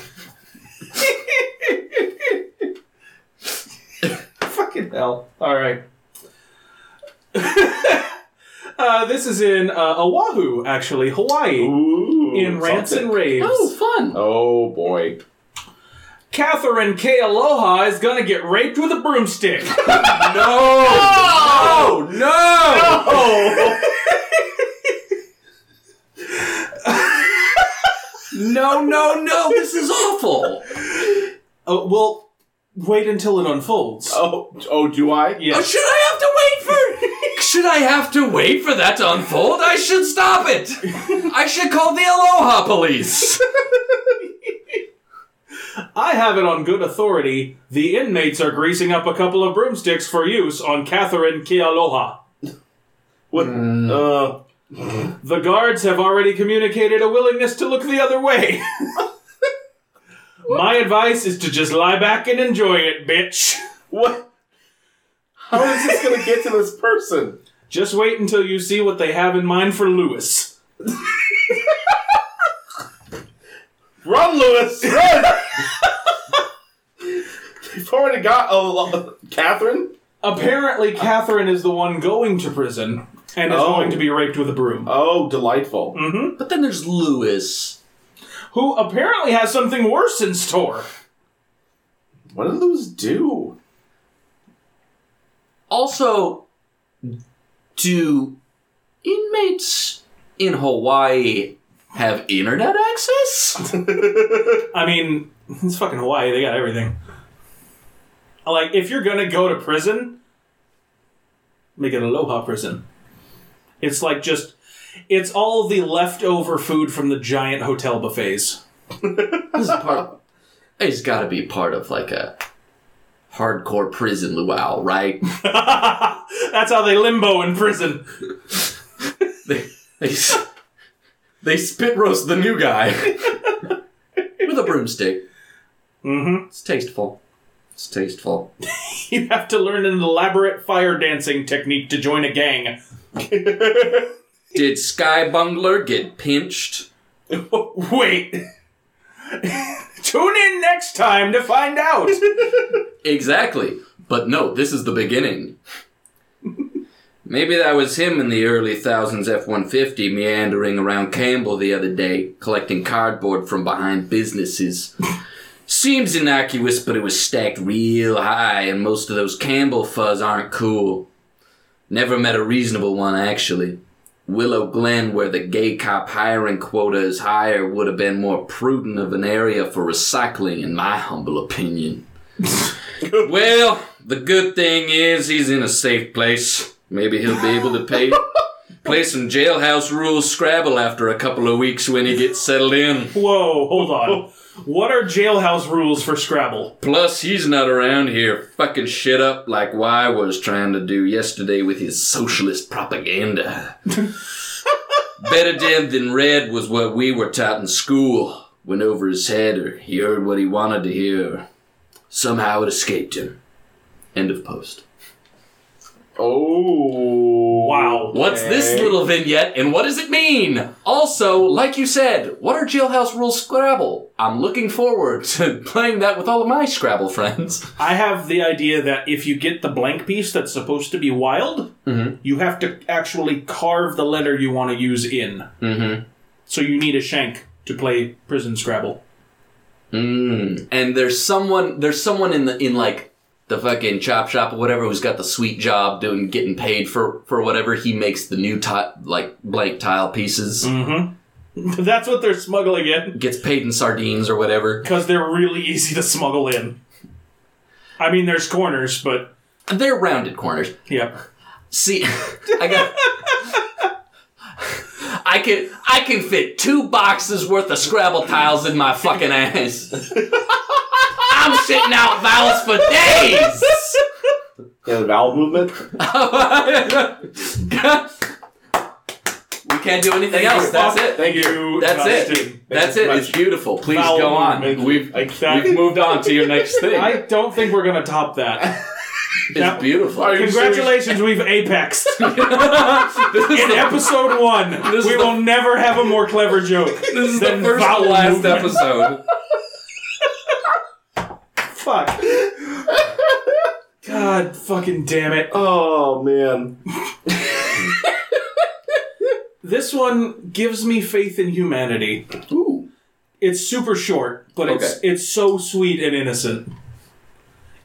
[SPEAKER 1] Fucking hell. Alright. uh, this is in uh, Oahu, actually, Hawaii,
[SPEAKER 3] Ooh,
[SPEAKER 1] in Rants and
[SPEAKER 3] something.
[SPEAKER 1] Raves.
[SPEAKER 2] fun.
[SPEAKER 3] Oh boy.
[SPEAKER 1] Catherine K. Aloha is gonna get raped with a broomstick.
[SPEAKER 2] No! No! Oh, No!
[SPEAKER 3] Oh.
[SPEAKER 2] No! No! No! This is awful.
[SPEAKER 1] Oh well, wait until it unfolds.
[SPEAKER 3] Oh, oh, do I?
[SPEAKER 1] Yeah.
[SPEAKER 2] Should I have to wait for? Should I have to wait for that to unfold? I should stop it. I should call the Aloha police.
[SPEAKER 1] I have it on good authority. The inmates are greasing up a couple of broomsticks for use on Catherine K. Aloha.
[SPEAKER 3] What? Uh,
[SPEAKER 1] The guards have already communicated a willingness to look the other way. My advice is to just lie back and enjoy it, bitch.
[SPEAKER 3] what? How is this gonna get to this person?
[SPEAKER 1] Just wait until you see what they have in mind for Lewis.
[SPEAKER 3] Run, Lewis! Run! They've already got a lo- Catherine.
[SPEAKER 1] Apparently, Catherine is the one going to prison and is
[SPEAKER 3] Oh.
[SPEAKER 1] going to be raped with a broom.
[SPEAKER 3] Oh, delightful.
[SPEAKER 1] Mm.
[SPEAKER 2] But then there's Lewis.
[SPEAKER 1] who apparently has something worse in store.
[SPEAKER 3] What do those do?
[SPEAKER 2] Also, do inmates in Hawaii have internet access?
[SPEAKER 1] I mean, it's fucking Hawaii. They got everything. Like, if you're gonna go to prison, make it Aloha prison. It's like just, it's all the leftover food from the giant hotel buffets.
[SPEAKER 2] This is part. It's got to be part of like a hardcore prison luau, right?
[SPEAKER 1] That's how they limbo in prison.
[SPEAKER 2] they, they s- they spit roast the new guy with a broomstick.
[SPEAKER 1] Mm-hmm.
[SPEAKER 2] It's tasteful. It's tasteful.
[SPEAKER 1] You have to learn an elaborate fire dancing technique to join a gang.
[SPEAKER 2] Did Sky Bungler get pinched?
[SPEAKER 1] Wait. Tune in next time to find out.
[SPEAKER 2] Exactly. But no, this is the beginning. Maybe that was him in the early thousands F 150 meandering around Campbell the other day, collecting cardboard from behind businesses. Seems innocuous, but it was stacked real high, and most of those Campbell fuzz aren't cool. Never met a reasonable one, actually. Willow Glen, where the gay cop hiring quota is higher, would have been more prudent of an area for recycling, in my humble opinion. well, the good thing is he's in a safe place. Maybe he'll be able to pay, play some jailhouse rules Scrabble after a couple of weeks when he gets settled in.
[SPEAKER 1] Whoa, hold on. What are jailhouse rules for Scrabble?
[SPEAKER 2] Plus, he's not around here fucking shit up like Y was trying to do yesterday with his socialist propaganda. Better dead than red was what we were taught in school. Went over his head, or he heard what he wanted to hear. Somehow it escaped him. End of post.
[SPEAKER 3] Oh.
[SPEAKER 1] Wow.
[SPEAKER 2] What's this
[SPEAKER 3] Okay.
[SPEAKER 2] little vignette, and what does it mean? Also, like you said, what are jailhouse rules Scrabble? I'm looking forward to playing that with all of my Scrabble friends.
[SPEAKER 1] I have the idea that if you get the blank piece that's supposed to be wild,
[SPEAKER 2] Mm-hmm.
[SPEAKER 1] you have to actually carve the letter you want to use in.
[SPEAKER 2] Mm-hmm.
[SPEAKER 1] So you need a shank to play prison Scrabble.
[SPEAKER 2] Mm. And there's someone there's someone in the in like the fucking chop shop or whatever who's got the sweet job doing getting paid for for whatever he makes the new ti- like blank tile pieces
[SPEAKER 1] Mm-hmm. That's what they're smuggling in
[SPEAKER 2] gets paid in sardines or whatever.
[SPEAKER 1] because they're really easy to smuggle in. I mean, there's corners, but
[SPEAKER 2] They're rounded corners.
[SPEAKER 1] yeah.
[SPEAKER 2] See, I got. I can I can fit two boxes worth of Scrabble tiles in my fucking ass. I'm sitting out vowels for days.
[SPEAKER 3] Yeah, the bowel movement.
[SPEAKER 2] we can't do anything else. That's it.
[SPEAKER 1] Thank you.
[SPEAKER 2] That's
[SPEAKER 1] Dustin.
[SPEAKER 2] it. That's it. It's beautiful. Please
[SPEAKER 1] Vowel
[SPEAKER 2] go on.
[SPEAKER 1] movement.
[SPEAKER 2] We've
[SPEAKER 1] Like that-
[SPEAKER 2] we've moved on to your next thing.
[SPEAKER 1] I don't think we're gonna top that.
[SPEAKER 2] It's beautiful.
[SPEAKER 3] Are you
[SPEAKER 1] Congratulations, we've apexed
[SPEAKER 2] This is
[SPEAKER 1] in
[SPEAKER 2] the-
[SPEAKER 1] episode one.
[SPEAKER 2] This is
[SPEAKER 1] we
[SPEAKER 2] the-
[SPEAKER 1] will never have a more clever joke.
[SPEAKER 2] this is the
[SPEAKER 1] than
[SPEAKER 2] first and
[SPEAKER 1] vowel
[SPEAKER 2] last
[SPEAKER 1] movement.
[SPEAKER 2] episode.
[SPEAKER 1] Fuck. God fucking damn it.
[SPEAKER 3] Oh man.
[SPEAKER 1] This one gives me faith in humanity.
[SPEAKER 2] Ooh.
[SPEAKER 1] It's super short, but it's it's so sweet and innocent.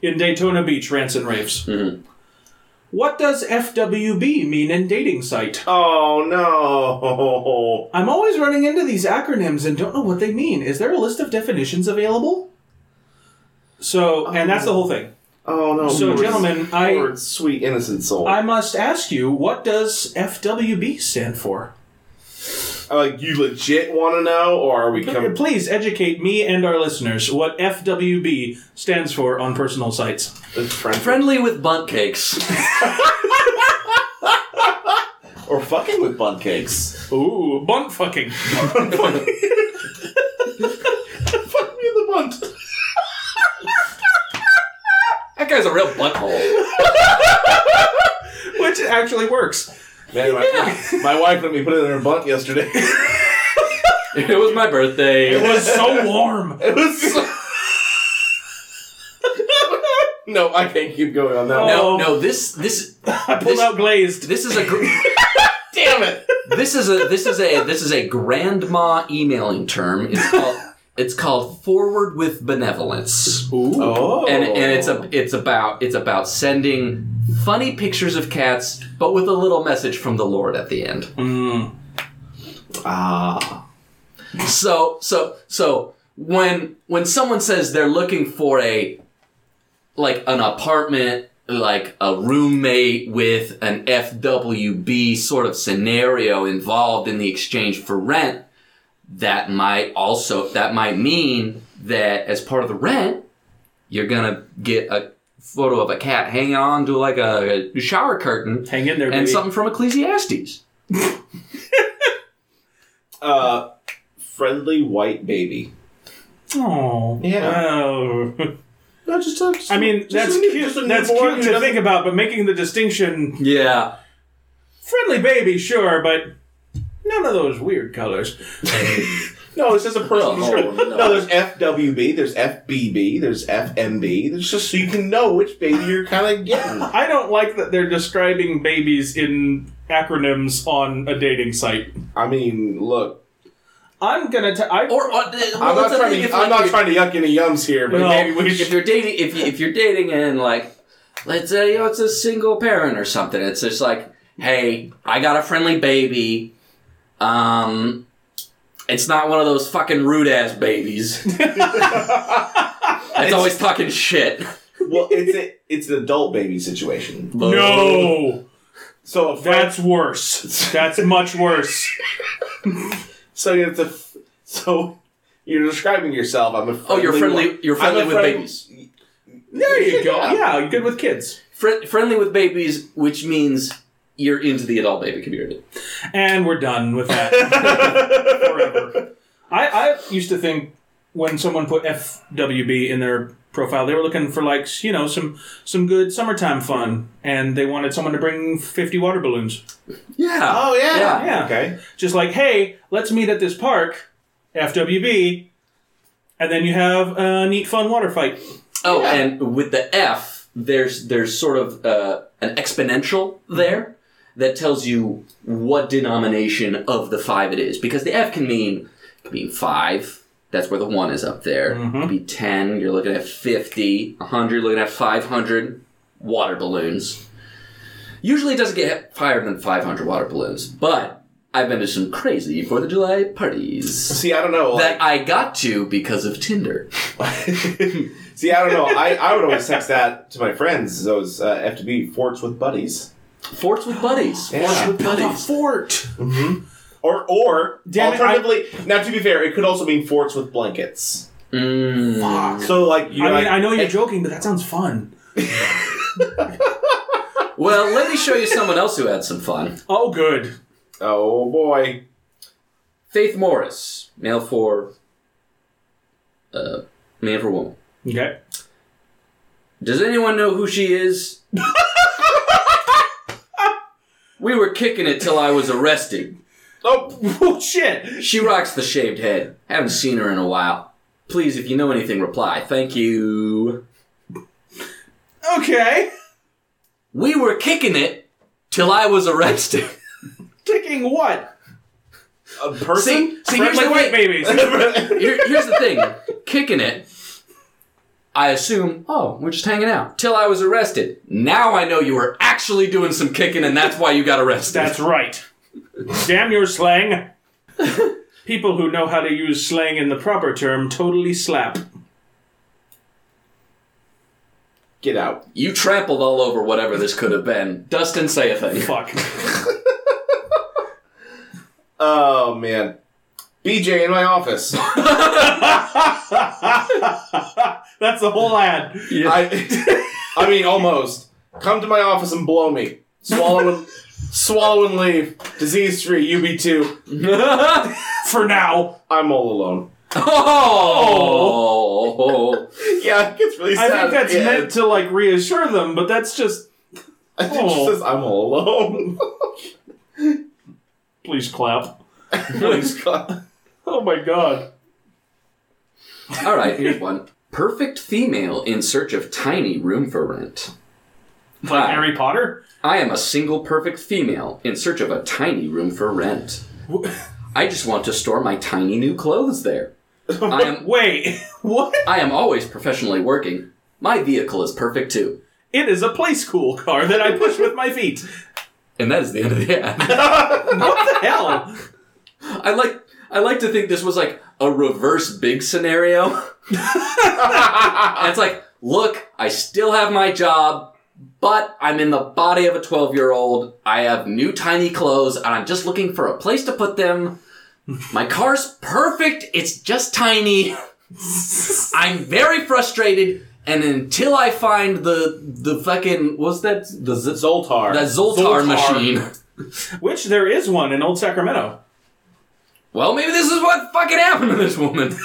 [SPEAKER 1] In Daytona Beach, rants and raves. What does FWB mean in dating site?
[SPEAKER 3] Oh no.
[SPEAKER 1] I'm always running into these acronyms and don't know what they mean. Is there a list of definitions available? So, and that's the whole thing.
[SPEAKER 3] Oh no.
[SPEAKER 1] So,
[SPEAKER 3] poor-
[SPEAKER 1] gentlemen, I-
[SPEAKER 3] poor sweet innocent soul.
[SPEAKER 1] I must ask you, what does FWB stand for?
[SPEAKER 3] like you legit want to know, or are we coming?
[SPEAKER 1] Please educate me and our listeners what FWB stands for on personal sites.
[SPEAKER 3] It's friendly,
[SPEAKER 2] Friendly with bunt cakes.
[SPEAKER 3] or fucking with bun cakes?
[SPEAKER 1] Ooh, bunt fucking.
[SPEAKER 3] Fuck me in the bunt.
[SPEAKER 2] That guy's a real butthole.
[SPEAKER 1] Which actually works.
[SPEAKER 3] Man, my, my wife let me put it in her bunt yesterday.
[SPEAKER 2] it was my birthday.
[SPEAKER 1] It was so warm.
[SPEAKER 3] It was. So... no, I can't keep going on that.
[SPEAKER 1] No.
[SPEAKER 3] one.
[SPEAKER 2] no, no. This this
[SPEAKER 1] I pulled out glazed.
[SPEAKER 2] this is a gr-
[SPEAKER 3] Damn it!
[SPEAKER 2] this is a this is a this is a grandma emailing term. It's called it's called forward with benevolence,
[SPEAKER 1] Ooh.
[SPEAKER 3] Oh,
[SPEAKER 2] and and it's a it's about it's about sending funny pictures of cats, but with a little message from the Lord at the end.
[SPEAKER 1] Mm.
[SPEAKER 3] ah.
[SPEAKER 2] So so so when when someone says they're looking for a like an apartment like a roommate with an FWB sort of scenario involved in the exchange for rent that might also that might mean that as part of the rent you're going to get a photo of a cat hanging on to like a, a shower curtain
[SPEAKER 1] Hang in there, baby.
[SPEAKER 2] and something from Ecclesiastes.
[SPEAKER 3] Uh, friendly white baby.
[SPEAKER 1] Aw.
[SPEAKER 3] Yeah.
[SPEAKER 1] Oh.
[SPEAKER 3] No, just, a,
[SPEAKER 1] I mean, that's cute. That's cute to think about, but making the distinction,
[SPEAKER 2] Yeah.
[SPEAKER 1] friendly baby, sure, but none of those weird colors.
[SPEAKER 3] No, it's just a personal.
[SPEAKER 2] No,
[SPEAKER 3] description.
[SPEAKER 2] no.
[SPEAKER 3] no, there's FWB, there's FBB, there's FMB. There's just so you can know which baby you're kind of getting.
[SPEAKER 1] I don't like that they're describing babies in acronyms on a dating site.
[SPEAKER 3] I mean, look,
[SPEAKER 1] I'm gonna. T- I
[SPEAKER 2] Or, or well,
[SPEAKER 3] I'm
[SPEAKER 2] that's
[SPEAKER 3] not
[SPEAKER 2] the
[SPEAKER 3] trying
[SPEAKER 2] thing,
[SPEAKER 3] to.
[SPEAKER 2] if,
[SPEAKER 3] I'm
[SPEAKER 2] like,
[SPEAKER 3] not
[SPEAKER 2] you-
[SPEAKER 3] trying to yuck any yums here, but
[SPEAKER 1] No.
[SPEAKER 3] maybe we
[SPEAKER 2] if
[SPEAKER 3] should.
[SPEAKER 2] you're dating oh, if, you, if you're dating and like let's say you know, it's a single parent or something it's just like hey, I got a friendly baby. Um, it's not one of those fucking rude ass babies. That's always talking shit.
[SPEAKER 3] well, it's a, it's an adult baby situation.
[SPEAKER 1] Oh. No,
[SPEAKER 3] So a friend,
[SPEAKER 1] that's worse. That's much worse.
[SPEAKER 3] so it's a f- so you're describing yourself. I'm a friendly
[SPEAKER 2] Oh, you're friendly.
[SPEAKER 3] one.
[SPEAKER 2] You're
[SPEAKER 3] I'm
[SPEAKER 2] friendly
[SPEAKER 3] a
[SPEAKER 2] with
[SPEAKER 3] friend-
[SPEAKER 2] babies.
[SPEAKER 1] There you go.
[SPEAKER 3] Yeah.
[SPEAKER 1] Yeah, you're good with kids.
[SPEAKER 2] Fri friendly with babies, which means you're into the adult baby community.
[SPEAKER 1] And we're done with that forever. I, I used to think when someone put FWB in their profile, they were looking for like you know some some good summertime fun, and they wanted someone to bring fifty water balloons.
[SPEAKER 2] Yeah.
[SPEAKER 3] Oh yeah.
[SPEAKER 2] Yeah.
[SPEAKER 1] Yeah.
[SPEAKER 3] Okay.
[SPEAKER 1] just like, hey, let's meet at this park, FWB, and then you have a neat, fun water fight.
[SPEAKER 2] Oh,
[SPEAKER 3] Yeah.
[SPEAKER 2] and with the F, there's there's sort of uh, an exponential
[SPEAKER 3] Mm-hmm.
[SPEAKER 2] there that tells you what denomination of the five it is, because the F can mean can mean five. That's where the one is up there.
[SPEAKER 3] Mm-hmm.
[SPEAKER 2] It could be ten. You're looking at fifty. hundred. You're looking at five hundred water balloons. Usually, it doesn't get higher than five hundred water balloons, but I've been to some crazy Fourth of July parties
[SPEAKER 3] See, I don't know. Like,
[SPEAKER 2] that I got to because of Tinder.
[SPEAKER 3] see, I don't know. I, I would always text that to my friends. Those uh, FTB forts with buddies,
[SPEAKER 2] Forts with buddies.
[SPEAKER 3] Yeah.
[SPEAKER 2] Forts with buddies.
[SPEAKER 1] fort.
[SPEAKER 3] or or
[SPEAKER 1] Damn it, I-
[SPEAKER 3] alternatively. now, to be fair, it could also mean forts with blankets.
[SPEAKER 2] Mm.
[SPEAKER 3] So like, you
[SPEAKER 1] I mean,
[SPEAKER 3] like,
[SPEAKER 1] I know you're joking, but that sounds fun.
[SPEAKER 2] Well, let me show you someone else who had some fun.
[SPEAKER 1] Oh, good.
[SPEAKER 3] Oh boy.
[SPEAKER 2] Faith Morris, male for uh, man for woman.
[SPEAKER 1] Okay.
[SPEAKER 2] Does anyone know who she is? we were kicking it till I was arrested.
[SPEAKER 3] Oh,
[SPEAKER 1] Oh shit.
[SPEAKER 2] She rocks the shaved head. Haven't seen her in a while. Please, if you know anything, reply. Thank you.
[SPEAKER 1] Okay.
[SPEAKER 2] We were kicking it till I was arrested.
[SPEAKER 1] Kicking what?
[SPEAKER 3] a person.
[SPEAKER 2] see, see, here's
[SPEAKER 1] Friendly
[SPEAKER 2] the
[SPEAKER 1] white
[SPEAKER 2] way.
[SPEAKER 1] babies.
[SPEAKER 2] Here- here's the thing kicking it i assume oh we're just hanging out till i was arrested now i know you were actually doing some kicking and that's why you got arrested
[SPEAKER 1] That's right. Damn your slang. People who know how to use slang in the proper term totally slap.
[SPEAKER 3] Get out.
[SPEAKER 2] you trampled all over whatever this could have been dustin say a thing
[SPEAKER 1] Fuck.
[SPEAKER 3] Oh man. BJ in my office.
[SPEAKER 1] That's the whole ad.
[SPEAKER 3] I, I mean, almost. Come to my office and blow me. Swallow and, swallow and leave. Disease free, UB2.
[SPEAKER 1] For now.
[SPEAKER 3] I'm all alone.
[SPEAKER 2] oh
[SPEAKER 3] Yeah, it gets really
[SPEAKER 1] I
[SPEAKER 3] sad.
[SPEAKER 1] think
[SPEAKER 3] at
[SPEAKER 1] that's
[SPEAKER 3] the
[SPEAKER 1] meant
[SPEAKER 3] end.
[SPEAKER 1] to like reassure them, but that's just
[SPEAKER 3] I think she
[SPEAKER 1] Oh.
[SPEAKER 3] says, I'm all alone.
[SPEAKER 1] Please clap.
[SPEAKER 3] Please, God.
[SPEAKER 1] Oh my god.
[SPEAKER 2] all right here's one perfect female in search of tiny room for rent
[SPEAKER 1] Like
[SPEAKER 2] Hi.
[SPEAKER 1] Harry Potter?
[SPEAKER 2] I am a single perfect female in search of a tiny room for rent. I just want to store my tiny new clothes there. I am
[SPEAKER 1] Wait, what?
[SPEAKER 2] I am always professionally working. My vehicle is perfect too.
[SPEAKER 1] It is a play school car that I push with my feet.
[SPEAKER 2] And that is the end of the ad.
[SPEAKER 1] What the hell?
[SPEAKER 2] I like I like to think this was like a reverse big scenario. And it's like, look, I still have my job, but I'm in the body of a 12-year-old. I have new tiny clothes and I'm just looking for a place to put them. My car's perfect. It's just tiny. I'm very frustrated, and until I find the the fucking what's that the Z-
[SPEAKER 3] Zoltar.
[SPEAKER 2] the Zoltar, machine.
[SPEAKER 1] Which there is one in Old Sacramento.
[SPEAKER 2] Well, maybe this is what fucking happened to this woman.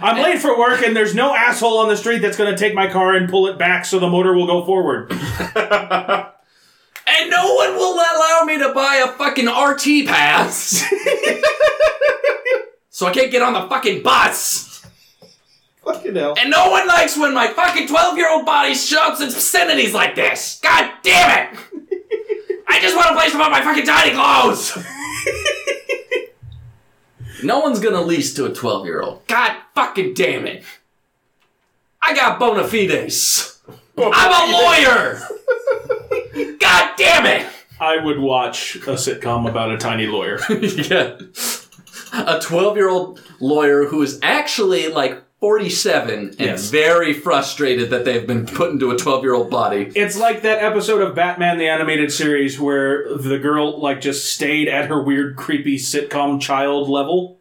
[SPEAKER 1] I'm late for work and there's no asshole on the street that's going to take my car and pull it back so the motor will go forward.
[SPEAKER 2] and no one will allow me to buy a fucking RT pass. so I can't get on the fucking bus.
[SPEAKER 3] Fucking hell.
[SPEAKER 2] And no one likes when my fucking 12 year old body shouts obscenities like this. God damn it! I just want a place to put my fucking tiny clothes! no one's gonna lease to a 12 year old. God fucking damn it. I got bona fides. I'm a lawyer! God damn it!
[SPEAKER 1] I would watch a sitcom about a tiny lawyer.
[SPEAKER 2] yeah. A 12 year old lawyer who is actually like 47 and
[SPEAKER 1] Yes.
[SPEAKER 2] very frustrated that they've been put into a 12 year old body.
[SPEAKER 1] It's like that episode of Batman the animated series where the girl like just stayed at her weird, creepy sitcom child level.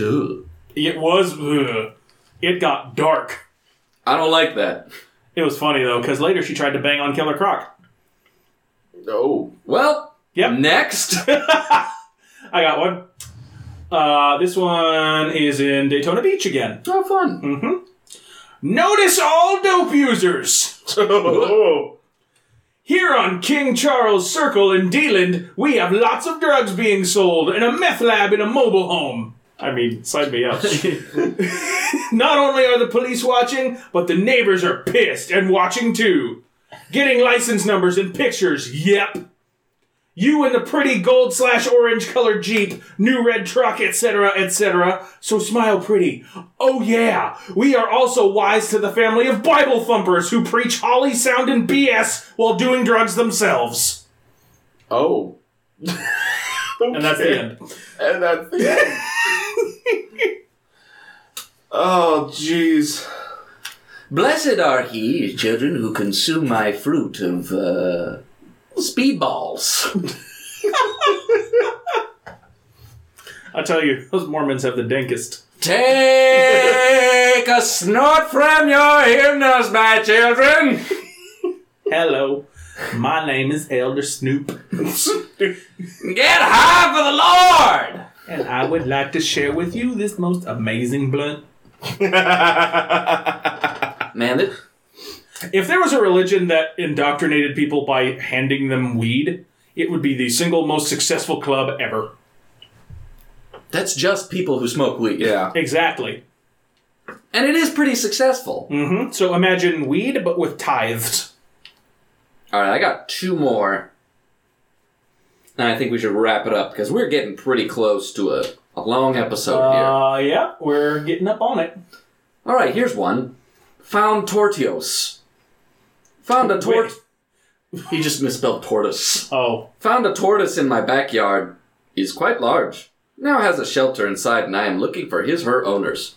[SPEAKER 2] Ugh.
[SPEAKER 1] It was. Ugh. It got dark.
[SPEAKER 2] I don't like that.
[SPEAKER 1] It was funny though, because later she tried to bang on Killer Croc.
[SPEAKER 3] Oh,
[SPEAKER 2] Well,
[SPEAKER 1] Yep.
[SPEAKER 2] next.
[SPEAKER 1] I got one. Uh, this one is in Daytona Beach again.
[SPEAKER 2] oh, fun.
[SPEAKER 1] Mm. Notice all dope users!
[SPEAKER 3] oh,
[SPEAKER 1] Here on King Charles Circle in Deland, we have lots of drugs being sold and a meth lab in a mobile home. I mean, sign me up. Not only are the police watching, but the neighbors are pissed and watching too. Getting license numbers and pictures, yep. You and the pretty gold slash orange colored Jeep, new red truck, etc., etc., so smile pretty. Oh yeah, we are also wise to the family of Bible thumpers who preach holly sounding BS while doing drugs themselves.
[SPEAKER 3] oh.
[SPEAKER 1] And that's the end.
[SPEAKER 3] And that's the end. oh, jeez.
[SPEAKER 2] Blessed are ye, children, who consume my fruit of uh, speedballs.
[SPEAKER 1] I tell you, those Mormons have the dankest.
[SPEAKER 2] Take a snort from your hymnals, my children.
[SPEAKER 1] Hello, my name is Elder Snoop.
[SPEAKER 2] Get high for the Lord.
[SPEAKER 1] And I would like to share with you this most amazing blunt.
[SPEAKER 2] Man, that,
[SPEAKER 1] If there was a religion that indoctrinated people by handing them weed, it would be the single most successful club ever.
[SPEAKER 2] that's just people who smoke weed.
[SPEAKER 3] yeah.
[SPEAKER 1] Exactly.
[SPEAKER 2] And it is pretty successful.
[SPEAKER 1] hmm So imagine weed, but with tithes.
[SPEAKER 2] All right, I got two more. And I think we should wrap it up because we're getting pretty close to a, a long episode here.
[SPEAKER 1] Uh, yeah, we're getting up on it.
[SPEAKER 2] All right, here's one. Found tortillos. Found a tort. He just misspelled tortoise.
[SPEAKER 1] Oh,
[SPEAKER 2] Found a tortoise in my backyard. He's quite large. Now has a shelter inside, and I am looking for his her owners.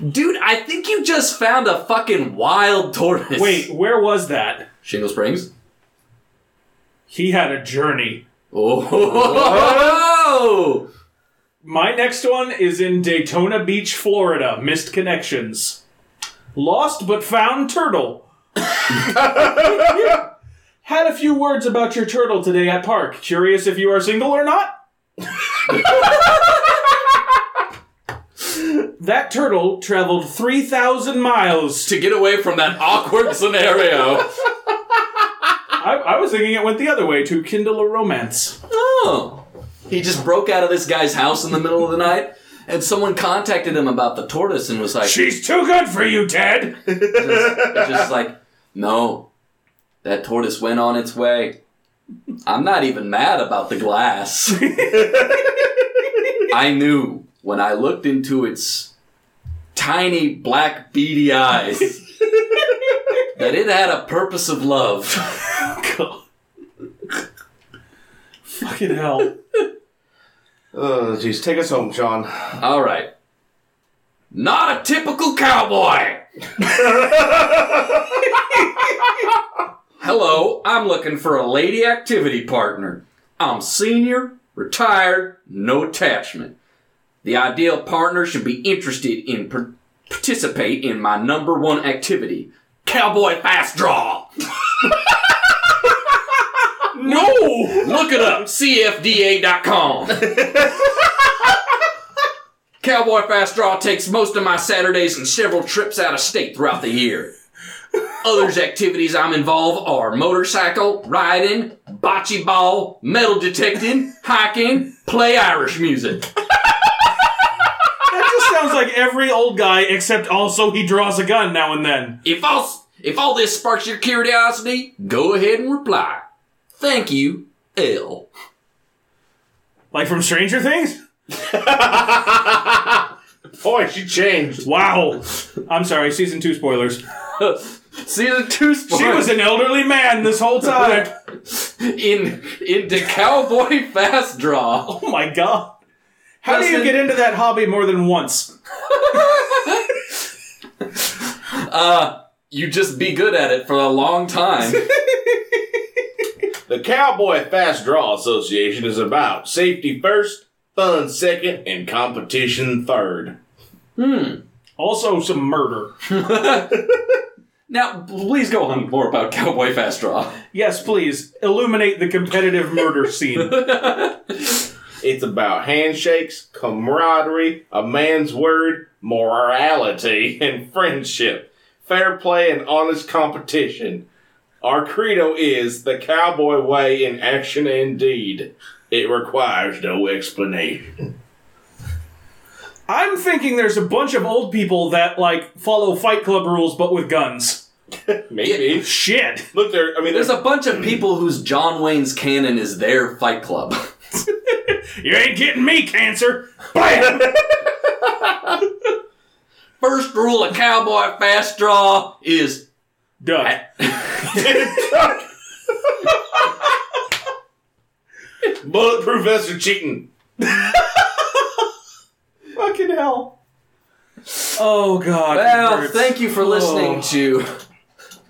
[SPEAKER 2] Dude, I think you just found a fucking wild tortoise.
[SPEAKER 1] wait, where was that?
[SPEAKER 2] Shingle Springs?
[SPEAKER 1] He had a journey.
[SPEAKER 2] Oh!
[SPEAKER 1] My next one is in Daytona Beach, Florida. Missed connections. Lost but found turtle. Had a few words about your turtle today at park. Curious if you are single or not? that turtle traveled 3,000 miles.
[SPEAKER 2] To get away from that awkward scenario.
[SPEAKER 1] I, I was thinking it went the other way to kindle a romance.
[SPEAKER 2] Oh! He just broke out of this guy's house in the middle of the night, and someone contacted him about the tortoise and was like,
[SPEAKER 1] She's too good for you, Ted!
[SPEAKER 2] It's just like, no, that tortoise went on its way. I'm not even mad about the glass. I knew when I looked into its tiny black beady eyes that it had a purpose of love.
[SPEAKER 1] God. Fucking hell.
[SPEAKER 3] Oh, jeez. Take us home, Sean.
[SPEAKER 2] All right. Not a typical cowboy. Hello, I'm looking for a lady activity partner. I'm senior, retired, no attachment. The ideal partner should be interested in par- participate in my number one activity, cowboy fast draw.
[SPEAKER 1] No!
[SPEAKER 2] Look it up, CFDA.com. Cowboy Fast Draw takes most of my Saturdays and several trips out of state throughout the year. Others activities I'm involved are motorcycle, riding, bocce ball, metal detecting, hiking, play Irish music.
[SPEAKER 1] That just sounds like every old guy, except also he draws a gun now and then.
[SPEAKER 2] If all, if all this sparks your curiosity, go ahead and reply. Thank you, L.
[SPEAKER 1] Like from Stranger Things?
[SPEAKER 3] Boy, she changed.
[SPEAKER 1] Wow. I'm sorry, season two spoilers.
[SPEAKER 2] Season 2
[SPEAKER 1] She was an elderly man this whole time.
[SPEAKER 2] in into cowboy fast draw.
[SPEAKER 1] Oh my god. How do you
[SPEAKER 2] Listen-
[SPEAKER 1] get into that hobby more than once?
[SPEAKER 2] Uh, you just be good at it for a long time.
[SPEAKER 3] The Cowboy Fast Draw Association is about safety first, fun second, and competition third.
[SPEAKER 1] Also, some murder.
[SPEAKER 2] now, please go on more about cowboy fast draw.
[SPEAKER 1] Yes, please illuminate the competitive murder scene.
[SPEAKER 3] It's about handshakes, camaraderie, a man's word, morality, and friendship, fair play, and honest competition. Our credo is the cowboy way in action and deed. It requires no explanation.
[SPEAKER 1] I'm thinking there's a bunch of old people that like follow Fight Club rules but with guns.
[SPEAKER 3] Maybe.
[SPEAKER 1] Shit.
[SPEAKER 3] Look, there. I mean,
[SPEAKER 2] There's a bunch of people whose John Wayne's cannon is their fight club.
[SPEAKER 1] You ain't getting me, cancer. Bam!
[SPEAKER 2] First rule of cowboy fast draw is
[SPEAKER 1] Duck.
[SPEAKER 3] bulletproof vests are cheating.
[SPEAKER 1] Fucking hell. Oh god.
[SPEAKER 2] well. Thank you for listening
[SPEAKER 1] Oh.
[SPEAKER 2] to.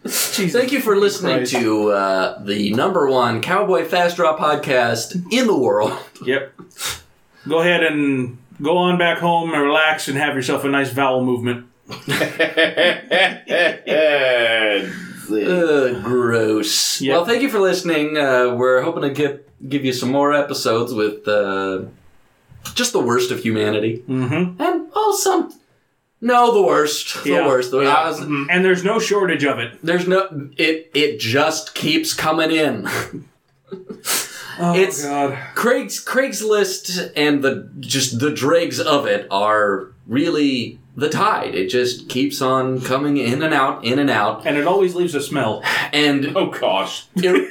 [SPEAKER 1] Jesus.
[SPEAKER 2] Thank you for listening
[SPEAKER 1] Christ.
[SPEAKER 2] to uh, the number one cowboy fast draw podcast in the world.
[SPEAKER 1] Yep. Go ahead and go on back home and relax and have yourself a nice vowel movement.
[SPEAKER 2] Ugh, gross.
[SPEAKER 1] Yeah.
[SPEAKER 2] Well, thank you for listening. Uh, we're hoping to get give you some more episodes with uh, just the worst of humanity,
[SPEAKER 1] Mm-hmm.
[SPEAKER 2] and well, some no, the worst, the
[SPEAKER 1] Yeah.
[SPEAKER 2] worst. The-
[SPEAKER 3] Yeah.
[SPEAKER 2] I was-
[SPEAKER 1] And there's no shortage of it.
[SPEAKER 2] There's no it. It just keeps coming in.
[SPEAKER 1] Oh
[SPEAKER 2] It's-
[SPEAKER 1] god.
[SPEAKER 2] Craig's Craigslist and the just the dregs of it are really the tide. It just keeps on coming in and out, in and out,
[SPEAKER 1] And it always leaves a smell.
[SPEAKER 2] and
[SPEAKER 3] oh gosh.
[SPEAKER 2] er-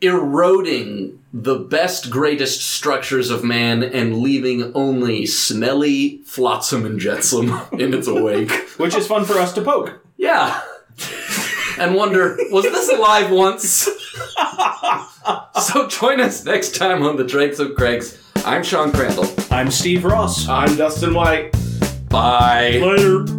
[SPEAKER 2] eroding the best, greatest structures of man and leaving only smelly flotsam and jetsam in its wake.
[SPEAKER 1] Which is fun for us to poke.
[SPEAKER 2] Yeah. and wonder, was this alive once? so join us next time on The Drakes of Craigs. I'm Sean Crandall.
[SPEAKER 1] I'm Steve Ross.
[SPEAKER 3] I'm Dustin White.
[SPEAKER 2] Bye.
[SPEAKER 1] Later.